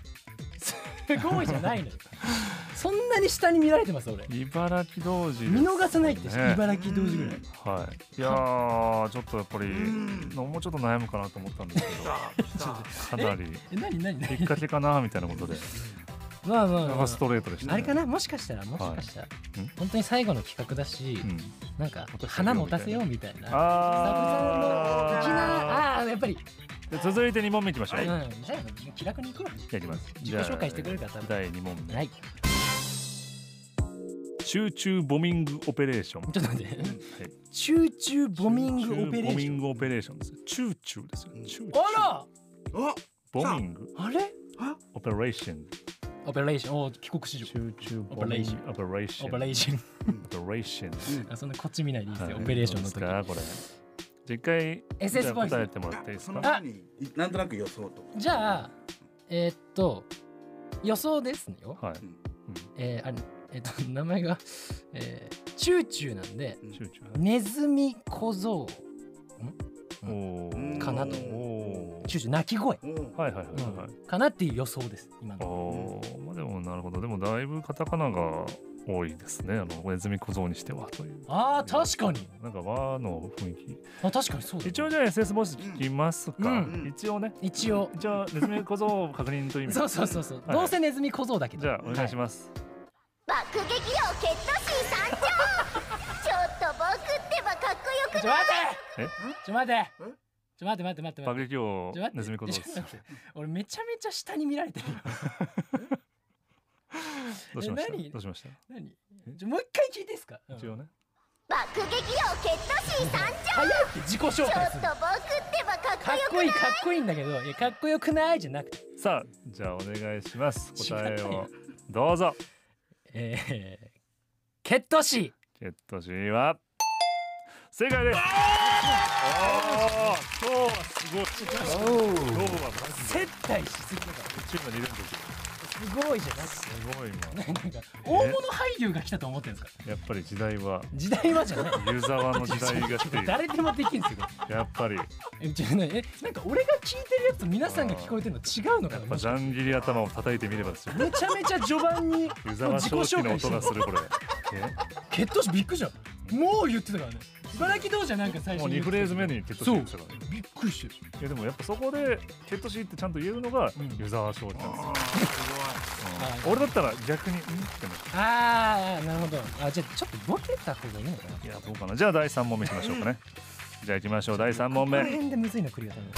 Speaker 3: ごいじゃないのよそんなに下に見られてます俺
Speaker 1: 茨城同時です
Speaker 3: 見逃さないって
Speaker 1: ね
Speaker 3: 茨城同時ぐらい
Speaker 1: はい、いやーちょっとやっぱりのもうちょっと悩むかなと思ったんですけどかなり
Speaker 3: え何何
Speaker 1: 引
Speaker 3: 何
Speaker 1: っ掛けかなみたいなことで
Speaker 3: まあまあま
Speaker 1: やっ
Speaker 3: あ、
Speaker 1: ぱストレートでした、ね、
Speaker 3: あれかなもしかしたらもしかしたら、
Speaker 1: いん
Speaker 3: 本当に最後の企画だし、
Speaker 1: うん、
Speaker 3: なんか
Speaker 1: 落としてあげよう
Speaker 3: 花持たせようみたいなサブ
Speaker 1: あ
Speaker 3: さんの粋なああーやっぱり、
Speaker 1: ー続いて2問目いきましょう、
Speaker 3: うん、じ
Speaker 1: や
Speaker 3: ゃあ気楽に行こう
Speaker 1: ります
Speaker 3: 自己紹介してくれるから多分
Speaker 1: 第2問目、
Speaker 3: はい
Speaker 1: 集中ボミングオペレーション
Speaker 3: ちょっと待って
Speaker 1: はい
Speaker 3: 集中ボミングオ
Speaker 1: 集
Speaker 3: ペレ
Speaker 1: 中ボ
Speaker 3: ー
Speaker 1: ミ
Speaker 3: ショ
Speaker 1: ン
Speaker 3: ン
Speaker 1: グオペレーションですチューチューですよチューチュー
Speaker 3: あ
Speaker 6: あ
Speaker 1: ボミング
Speaker 3: らあれ
Speaker 1: オペレーション
Speaker 3: オペレーションお帰国子
Speaker 1: 集
Speaker 3: 女
Speaker 1: 中
Speaker 3: オペレーショ
Speaker 1: ンオペレーショ
Speaker 3: オ
Speaker 1: ン
Speaker 3: ペレーション
Speaker 1: オペレーション
Speaker 3: あそんなこっち見ないでいいですよ、
Speaker 1: はい
Speaker 3: オペレーションの時
Speaker 1: どうですかこれ。一回
Speaker 3: SS
Speaker 1: じゃあ
Speaker 3: ボイス
Speaker 1: 答えてもらっていいです
Speaker 6: その
Speaker 1: か。
Speaker 6: 前にいなんとなく予想と
Speaker 3: じゃあえーっと予想ですよ
Speaker 1: はい。
Speaker 3: えー、あれえーっと名前が、 えー、チューチューなんで
Speaker 1: 集中。
Speaker 3: ネズミ小僧うん
Speaker 1: お
Speaker 6: うん
Speaker 1: ー
Speaker 3: かなと
Speaker 1: おー
Speaker 3: チューチュー鳴き声、
Speaker 6: おう
Speaker 1: はいはいは
Speaker 3: う
Speaker 1: いはい。
Speaker 3: ん、かなっていう予想です今の
Speaker 1: おーまあでもなるほど。でもだいぶカタカナが多いですね。あのネズミ小僧にしてはという。
Speaker 3: あー確かに。
Speaker 1: なんか和の雰囲
Speaker 3: あ確かにそうだ
Speaker 1: 気。
Speaker 3: ね
Speaker 1: 一応じゃあ SS ボイス聞きますか。
Speaker 3: うん
Speaker 1: 一応ね。
Speaker 3: 一応
Speaker 1: じゃあネズミ小僧を確認という意味で。
Speaker 3: そうそうそうそう、
Speaker 1: はい
Speaker 3: どうせネズミ小僧だけど
Speaker 1: じゃあお願いし
Speaker 3: ま
Speaker 1: ます。
Speaker 7: 爆撃量ケットシー参上ちょっと僕ってばかっこよく
Speaker 3: す、ちょ
Speaker 1: え
Speaker 3: 待てちょ待ってちょ待って待って待って
Speaker 1: 爆撃王
Speaker 3: ちょ待って
Speaker 1: ネズミ小僧で
Speaker 3: ちょ
Speaker 1: す
Speaker 3: 待。って俺めちゃめちゃ下に見られてるよ
Speaker 1: どうしました。
Speaker 3: え何
Speaker 1: どうしました。
Speaker 3: 何ちょもう一回聞いていいですか、うん
Speaker 1: 一応ね。
Speaker 7: 爆撃量ケットシー参
Speaker 3: 早いって自己紹
Speaker 7: 上ちょ
Speaker 3: 介
Speaker 7: っ
Speaker 3: する
Speaker 7: と僕ってばかっ
Speaker 3: かっ
Speaker 7: こ
Speaker 3: こ
Speaker 7: よく
Speaker 3: いいかっこいいんだけどいやかっこよくないじゃなくて
Speaker 1: さあじゃあお願いします
Speaker 3: 違
Speaker 1: 答え
Speaker 3: うよ
Speaker 1: をどうぞ
Speaker 3: えー、血糖師
Speaker 1: ケット C は正解ですおー今日はすごい今日はマジで
Speaker 3: 接待しすぎだか
Speaker 1: チームにいるんですよ
Speaker 3: らすごいじゃなくて
Speaker 1: すごい今
Speaker 3: なんか大物俳優が来たと思ってるんですか
Speaker 1: やっぱり時代は
Speaker 3: 時代はじゃない
Speaker 1: 湯沢の時代が来ている
Speaker 3: 誰でもできるんですよこ
Speaker 1: やっぱりやっ
Speaker 3: れえちょなえなんか俺が聞いてるやつと皆さんが聞こえてるの違うのかな
Speaker 1: ぱ
Speaker 3: もし
Speaker 1: ジャンギリ頭を叩いてみればですよ
Speaker 3: めちゃめちゃ序盤に
Speaker 1: 湯沢正気の音がするこれ
Speaker 3: 血糖師びっくりじゃんもう言ってたからね茨城どうじゃなんか最
Speaker 1: え
Speaker 3: 初
Speaker 1: もう
Speaker 3: に
Speaker 1: 2
Speaker 3: 言って
Speaker 1: フ
Speaker 3: た
Speaker 1: レーズ目にケット C でしたからね
Speaker 3: びっくりしてる
Speaker 1: いやでもやっぱそこでケット C ってちゃんと言えるのが
Speaker 3: うん
Speaker 1: 湯沢正気なんですよ
Speaker 3: あー
Speaker 1: 俺だったら逆にうんってなっちゃう
Speaker 3: あーなるほどあじゃあちょっとボケた方がいいのかない
Speaker 1: やどうかなじゃあ第3問目いきましょうかねじゃあいきましょう第3問
Speaker 3: この
Speaker 1: 目
Speaker 3: 辺でむずいのクリア多分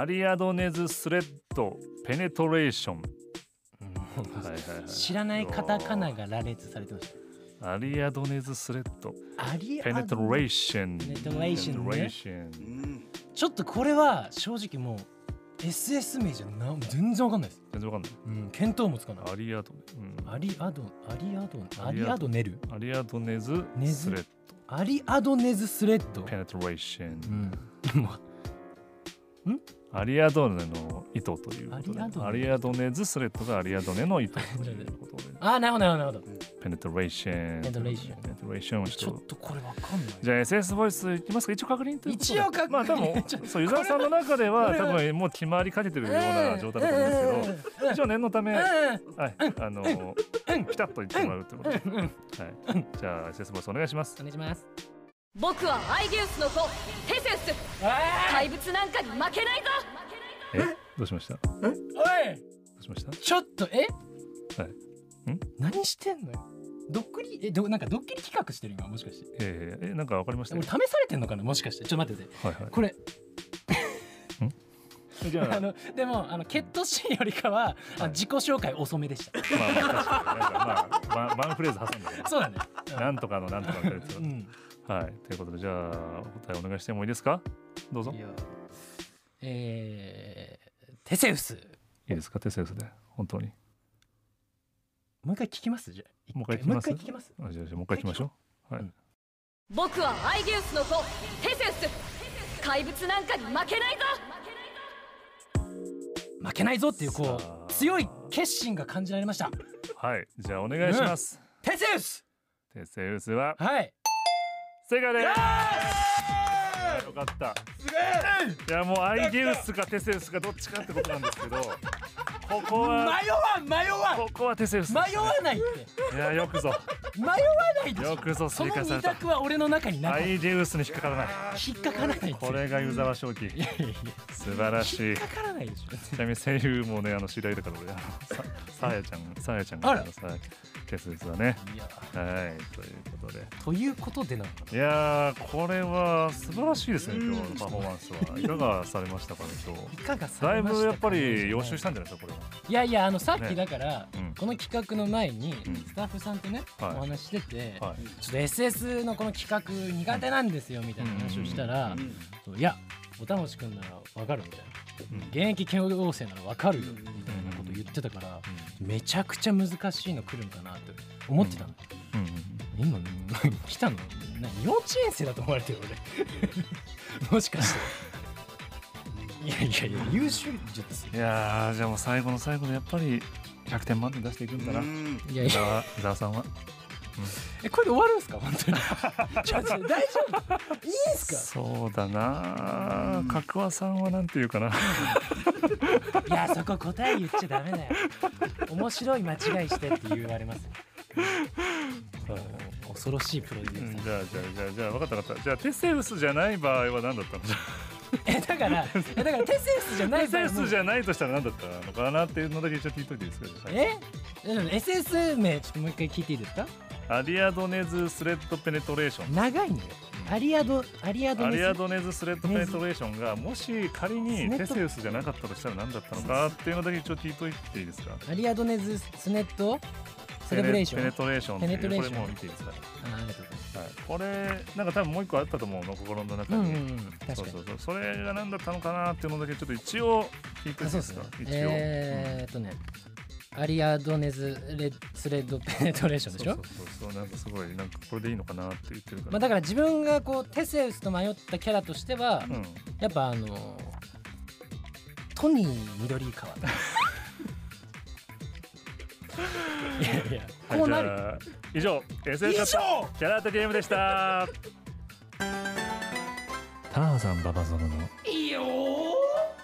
Speaker 1: アリアドネズスレッドペネトレーション
Speaker 3: うん
Speaker 1: はいはいはい
Speaker 3: 知らないカタカナが羅列されてまし
Speaker 1: アリアドネズスレッド
Speaker 3: たアリ
Speaker 1: ペネトレーション
Speaker 3: ペネトレーション
Speaker 1: ペネ
Speaker 3: ね
Speaker 1: トレーション
Speaker 6: うん
Speaker 3: ちょっとこれは正直もう SS 名じゃな全然わかんないです、
Speaker 1: 全然わかん
Speaker 3: うん、見当もつかない
Speaker 1: ないアリアドネ、
Speaker 3: アリアドアリアドア
Speaker 1: アリア
Speaker 3: リ
Speaker 1: ド
Speaker 3: アドネル
Speaker 1: うん、アリアドネズ
Speaker 3: ネズ
Speaker 1: スレッ
Speaker 3: アリアドネズスレッ
Speaker 1: ド
Speaker 3: ド
Speaker 1: ペネトレーション、
Speaker 3: うん
Speaker 1: アリアドネの糸ということで
Speaker 3: アリアドネ
Speaker 1: アリアドネズスレッドがアリアドネの糸ということ で
Speaker 3: あーなるほどなるほどなるほ
Speaker 1: ペネトレーション
Speaker 3: ペネトレーション
Speaker 1: ペネトレーションを
Speaker 3: ど
Speaker 1: ち
Speaker 3: ち
Speaker 1: ょ
Speaker 3: ょ
Speaker 1: っと
Speaker 3: っとこれわかんない
Speaker 1: じゃあ SS ボイスいきますか一応確認ということで
Speaker 3: 一応確認
Speaker 1: まあ多 分
Speaker 3: ちょ
Speaker 1: そう湯沢さんの中では
Speaker 3: これは
Speaker 1: 多分もう決まりかけてるような状態だと思うんですけど一応念のためはい
Speaker 3: うん
Speaker 1: あのピタッと言ってもらうってことではいじゃあ SS ボイスお願いします
Speaker 3: お願いします
Speaker 8: 僕はアイデウスの子テセウス怪物なんかに負けないぞ
Speaker 1: えどうしましたど
Speaker 3: おいう
Speaker 1: しました
Speaker 3: ちょっとえ
Speaker 1: はいん
Speaker 3: 何してんのよドッキリえどなんかドッキリ企画してる今もしかして
Speaker 1: えーえなんかわかりました
Speaker 3: 俺
Speaker 1: よ
Speaker 3: 試されてんのかなもしかしてちょっと待ってて
Speaker 1: はいは
Speaker 3: これ
Speaker 1: いじゃあ
Speaker 3: あのでもあのケットシーンよりかは、あ自己紹介遅めでした
Speaker 1: まあまあ確かになんかまあワンワンフレーズ挟んで
Speaker 3: そうだね
Speaker 1: なんとかのなんとかってやつ
Speaker 3: うん
Speaker 1: はいということでじゃあお答えお願いしてもいいですかどうぞい
Speaker 3: えー、テセウス
Speaker 1: いですかテセウスで本当に
Speaker 3: もう一回聞きますじゃあ
Speaker 1: もう一回聞きます
Speaker 3: もう一回聞きます
Speaker 1: あじゃあじゃあもう一回行きましょうはい
Speaker 8: 僕はアイデウスの子テセウス怪物なんかに負けないぞ
Speaker 3: 負けないぞっていうこ
Speaker 1: さあ
Speaker 3: う強い決心が感じられました
Speaker 1: はい、じゃあお願いします。
Speaker 3: テセウス
Speaker 1: テセウスは
Speaker 3: はい
Speaker 1: 正解です。あよかった。いやもうアイデウスかテセウスかどっちかってことなんですけど、ここは
Speaker 3: 迷わん迷わん
Speaker 1: ここはテセウスでした
Speaker 3: 迷
Speaker 1: ね
Speaker 3: わないって
Speaker 1: いやよくぞ
Speaker 3: 迷わないでし
Speaker 1: よ
Speaker 3: ょ
Speaker 1: くぞ
Speaker 3: そ
Speaker 1: 正
Speaker 3: の
Speaker 1: 解さ
Speaker 3: 二
Speaker 1: れた
Speaker 3: 択は俺の中になか
Speaker 1: ア
Speaker 3: った
Speaker 1: イデウスに引っかからない
Speaker 3: 引っかからない
Speaker 1: これが湯沢正輝
Speaker 3: いやいやいや
Speaker 1: 素晴らし
Speaker 3: 引
Speaker 1: い
Speaker 3: っかからないでしょ
Speaker 1: ちなみに声優もねあの知り合いだから俺あのささあやちゃんさあやちゃん
Speaker 3: あ
Speaker 1: が
Speaker 3: ら
Speaker 1: さテセウスだね
Speaker 3: いや
Speaker 1: はいということで
Speaker 3: ということでなのか
Speaker 1: いやーこれは素晴らしいですね今日のパフォーマンスはいかがされましたかね今日
Speaker 3: ないかが さ
Speaker 1: だい
Speaker 3: れましたか
Speaker 1: ぶやっぱり予習したんじゃないですかこれは。
Speaker 3: いやいやあのさっ
Speaker 1: ね
Speaker 3: きだから、
Speaker 1: うん
Speaker 3: この企画の前に
Speaker 1: うん
Speaker 3: スタッフさんとね、
Speaker 1: はい
Speaker 3: お話ししてて、
Speaker 1: はい
Speaker 3: ちょっと SS のこの企画苦手なんですよみたいな話をしたら、そういやおたもしくんならわかるみたいな、
Speaker 1: うん
Speaker 3: 現役慶応生ならわかるよみたいなこと言ってたから、めちゃくちゃ難しいの来るんかなって思ってたの、
Speaker 1: うん
Speaker 3: 今ね来たのな幼稚園生だと思われてる俺 もしかしていやいやいや優秀術
Speaker 1: いやーじゃあもう最後の最後でやっぱり100点満点出していくんだな。
Speaker 3: いやい
Speaker 1: 伊
Speaker 3: や
Speaker 1: 沢伊沢さんは
Speaker 3: えこれで終わるんすか本当に ちょちょ大丈夫いいんす
Speaker 1: そうだな角和さんはなんていうかな
Speaker 3: かいやそこ答え言っちゃダメだよ面白い間違いしてって言われます恐ろしいプロデュ
Speaker 1: うん
Speaker 3: ーサ
Speaker 1: じゃあじゃあじゃあじゃあ分かった分かったじゃあテセウスじゃない場合は何だったの
Speaker 3: ーえだからえだからテセウスじゃない
Speaker 1: テセウスじ
Speaker 3: ゃ
Speaker 1: ゃないとしたら何だったのかなっていうのだけちょっと言っといていいですか
Speaker 3: えうん SS 名ちょっともう一回聞いていいですか
Speaker 1: アリアドネズスレッドペネトレーション
Speaker 3: 長いのよアリアドアリアド
Speaker 1: ア
Speaker 3: ネ
Speaker 1: リア
Speaker 3: ス
Speaker 1: ドネズスレッドペネトレーションがもし仮にテセウスじゃなかったとしたら何だったのかっていうのだけちょっと言っといていいですか
Speaker 3: アリアドネズスネットセレブレーショ
Speaker 1: ペ
Speaker 3: ン
Speaker 1: ネトレーションって
Speaker 3: ペネトレ
Speaker 1: い
Speaker 3: ー
Speaker 1: う
Speaker 3: シ
Speaker 1: こ
Speaker 3: ョ
Speaker 1: れも
Speaker 3: ン
Speaker 1: う見ていいですか、
Speaker 3: あーありがとうございます
Speaker 1: はい、これなんか多分もう一個あったと思うの心の中
Speaker 3: うんう
Speaker 1: に、
Speaker 3: んうん確かに
Speaker 1: そうそうそうそれが何だったのかなっていうのだけちょっと一応聞いていいで
Speaker 3: あそうですす
Speaker 1: か
Speaker 3: ね
Speaker 1: 一応、
Speaker 3: えーっとねアリアドネズレスレッドペネトレーションでしょ
Speaker 1: そうそうそうそうなんかすごいなんかこれでいいのかなって言ってるから、
Speaker 3: まあ、だから自分がこうテセウスと迷ったキャラとしては、
Speaker 1: うん、
Speaker 3: やっぱあのートニー緑 川いやいやこうなるよ
Speaker 1: はいじゃあ以上 SF 型キャラアートゲームでした
Speaker 9: ターザンババゾノのいいよ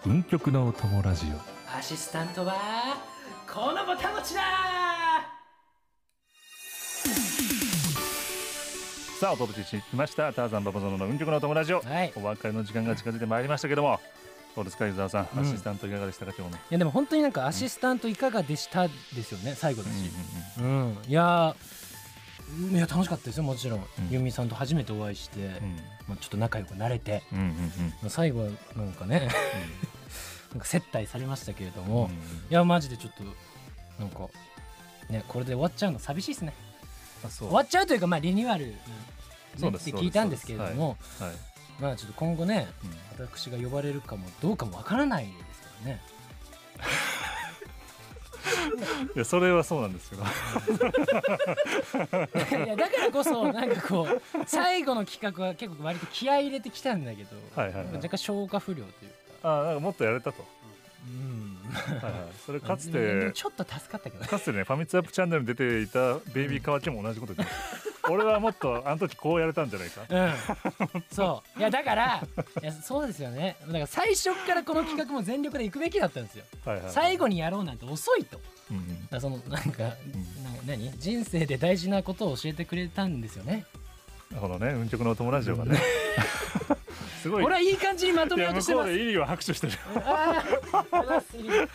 Speaker 9: 運極のお供ラジオ
Speaker 3: アシスタントはこのボタン持ちだ
Speaker 1: さあお届けしてきましたターザンババゾノの運極のお友達を、
Speaker 3: はいい
Speaker 1: お別れの時間が近づいてまいりましたけどもどうですか伊沢さん、
Speaker 3: うん
Speaker 1: アシスタントいかがでしたか今日の、
Speaker 3: やでも本当になんかアシスタントいかがでしたですよね最後だし、うんいやーいや楽しかったですよもちろん、
Speaker 1: うん
Speaker 3: ユミさんと初めてお会いして、まあ、ちょっと仲良くなれて、
Speaker 1: うんうんうん
Speaker 3: まあ、最後はなんかね なんか接待されましたけれども、
Speaker 1: うんうん
Speaker 3: いやマジでちょっとなんかねこれで終わっちゃうの寂しいですね
Speaker 1: あそう
Speaker 3: 終わっちゃうというかまあリニューアル、ね
Speaker 1: そうで
Speaker 3: っ
Speaker 1: す
Speaker 3: て聞いたんですけれども、
Speaker 1: はい、
Speaker 3: まあちょっと今後ね
Speaker 1: うん
Speaker 3: 私が呼ばれるかもどうかもわからないですから ね
Speaker 1: いやそれはそうなんですけど
Speaker 3: いやだからこそなんかこう最後の企画は結構割と気合い入れてきたんだけど、
Speaker 1: はいはいはい
Speaker 3: 若干消化不良というか、
Speaker 1: あなんかもっとやれたと、
Speaker 3: うん、
Speaker 1: はいはい、それかつ
Speaker 3: で
Speaker 1: て
Speaker 3: もちょっと助かったけどね
Speaker 1: かつてねファミツアップチャンネルに出ていたベイビーカワキも同じこと言って た俺はもっとあの時こうやれたんじゃないか
Speaker 3: うん、そういやだからいやそうですよねだから最初からこの企画も全力で行くべきだったんですよ
Speaker 1: はいはい
Speaker 3: 最後にやろうなんて遅いとだか
Speaker 1: うんうん
Speaker 3: らそのなんかなんか何人生で大事なことを教えてくれたんですよね
Speaker 1: このね運極のお友達がね すごい
Speaker 3: 俺はいい感じにまと
Speaker 1: い
Speaker 3: めよ
Speaker 1: や
Speaker 3: うと
Speaker 1: 向
Speaker 3: して
Speaker 1: こ
Speaker 3: ま
Speaker 1: う
Speaker 3: す
Speaker 1: でいいわ拍手してる
Speaker 3: あー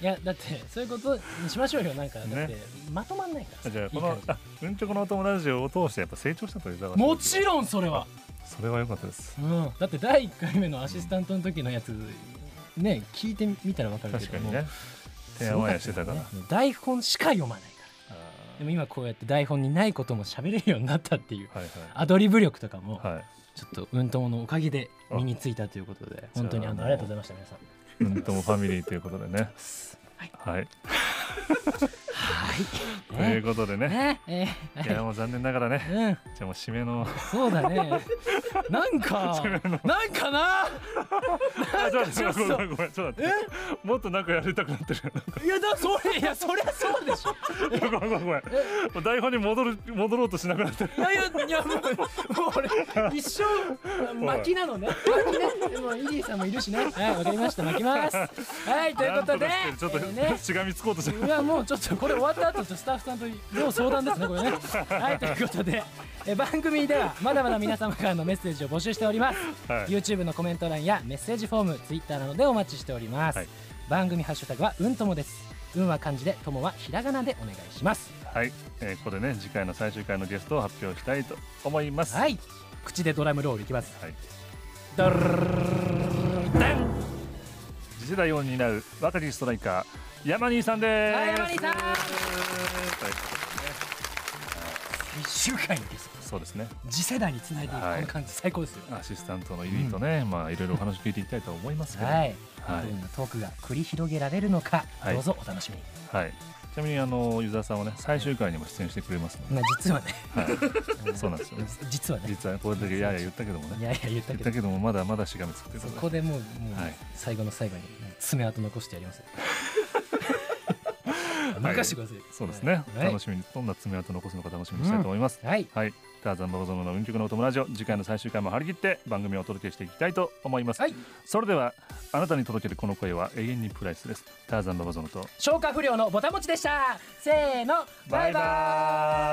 Speaker 3: いやだってそういうことにしましょうよなんかだって、
Speaker 1: ね
Speaker 3: まとまんないから
Speaker 1: じゃあこの
Speaker 3: いい感
Speaker 1: あうんちょこのお友達を通してやっぱ成長したという
Speaker 3: じもちろんそれは
Speaker 1: それは良かったです
Speaker 3: うん、だって第1回目のアシスタントの時のやつね聞いてみたら分かるけ
Speaker 1: 確か
Speaker 3: ど
Speaker 1: に
Speaker 3: も
Speaker 1: ね提案やしてたから
Speaker 3: すごったですね台本しか読まないから
Speaker 1: あ
Speaker 3: でも今こうやって台本にないことも喋れるようになったっていう
Speaker 1: ーはい
Speaker 3: アドリブ力とかも
Speaker 1: はいはい
Speaker 3: ちょっとうんとものおかげで身についたということで本当にあ
Speaker 1: じ
Speaker 3: の
Speaker 1: ゃあ
Speaker 3: ありがとうございました皆さん
Speaker 1: うんともファミリーということでねはい ということでね。
Speaker 3: ねえ
Speaker 1: いやもう残念ながらね。
Speaker 3: ーうん
Speaker 1: じゃあもう締め の。
Speaker 3: そうだねなん かなんかな
Speaker 1: あちょっ
Speaker 3: ちょっと
Speaker 1: とごめんごめんちょっと待って。もっとなんかやりたくなってる。
Speaker 3: いやだそれいやそりゃそうでしょ
Speaker 1: ごめんごめんごめん。もう台本に戻る戻ろうとしなくなってる。
Speaker 3: いやいやいやもうもう俺一生巻きなのね巻きねもうイリーさんもいるしねはいわかりました巻きますはいということで
Speaker 1: なんとかしてる
Speaker 3: えー
Speaker 1: ちょっと
Speaker 3: ね
Speaker 1: しがみつこうとしてる。
Speaker 3: いやもうちょっとこれ終わった後ちょっとスタッフさんと要相談ですねこれね。はいということでえ番組ではまだまだ皆様からのメッセージを募集しております。
Speaker 1: はい。
Speaker 3: YouTube のコメント欄やメッセージフォーム Twitter などでお待ちしております、
Speaker 1: はい
Speaker 3: 番組ハッシュタグはうんともですうんは漢字でともはひらがなでお願いします
Speaker 1: はい、えーここでね次回の最終回のゲストを発表したいと思います。
Speaker 3: はい口でドラムロールいきます
Speaker 1: はい
Speaker 3: ドルルルルルルルダン
Speaker 1: 次世代を担う若きストライカー山兄さんです。
Speaker 3: はい山兄さ
Speaker 1: は
Speaker 3: ん
Speaker 1: い
Speaker 10: 一週間にです
Speaker 1: そうですね。
Speaker 10: 次世代につないでいくこ
Speaker 1: はい
Speaker 10: の感じ最高ですよ
Speaker 1: アシスタントのゆりとね、まあいろいろお話聞いていきたいと思いますけど。
Speaker 3: はい、
Speaker 1: はい
Speaker 3: どんなトークが繰り広げられるのか、
Speaker 1: はい
Speaker 3: どうぞお楽しみに、
Speaker 1: はいちなみにあのユーザーさんはね最終回にも出演してくれますので。
Speaker 3: まあ、実はね
Speaker 1: は い。そうなんですよね。
Speaker 3: 実はね
Speaker 1: 実はこれだけやや言ったけども
Speaker 3: い
Speaker 1: ね。
Speaker 3: やいや言った
Speaker 1: 言っ
Speaker 3: け
Speaker 1: た
Speaker 3: ど
Speaker 1: けどもまだまだしがみつくという
Speaker 3: そ
Speaker 1: こと
Speaker 3: こ
Speaker 1: で。
Speaker 3: でもうもう、
Speaker 1: はい
Speaker 3: 最後の最後に爪痕残して やりますよ任してください、
Speaker 1: そうですね。
Speaker 3: はい
Speaker 1: 楽しみにどんな爪痕残すのか楽しみにしたいと思います。
Speaker 3: はい
Speaker 1: はい、ターザンババゾノの運極のお友達を次回の最終回も張り切って番組をお届けしていきたいと思います、
Speaker 3: はい
Speaker 1: それではあなたに届けるこの声は永遠にプライスですターザンババゾノと
Speaker 3: 消化不良のボタン持ちでしたせーのバイバイ
Speaker 1: バイ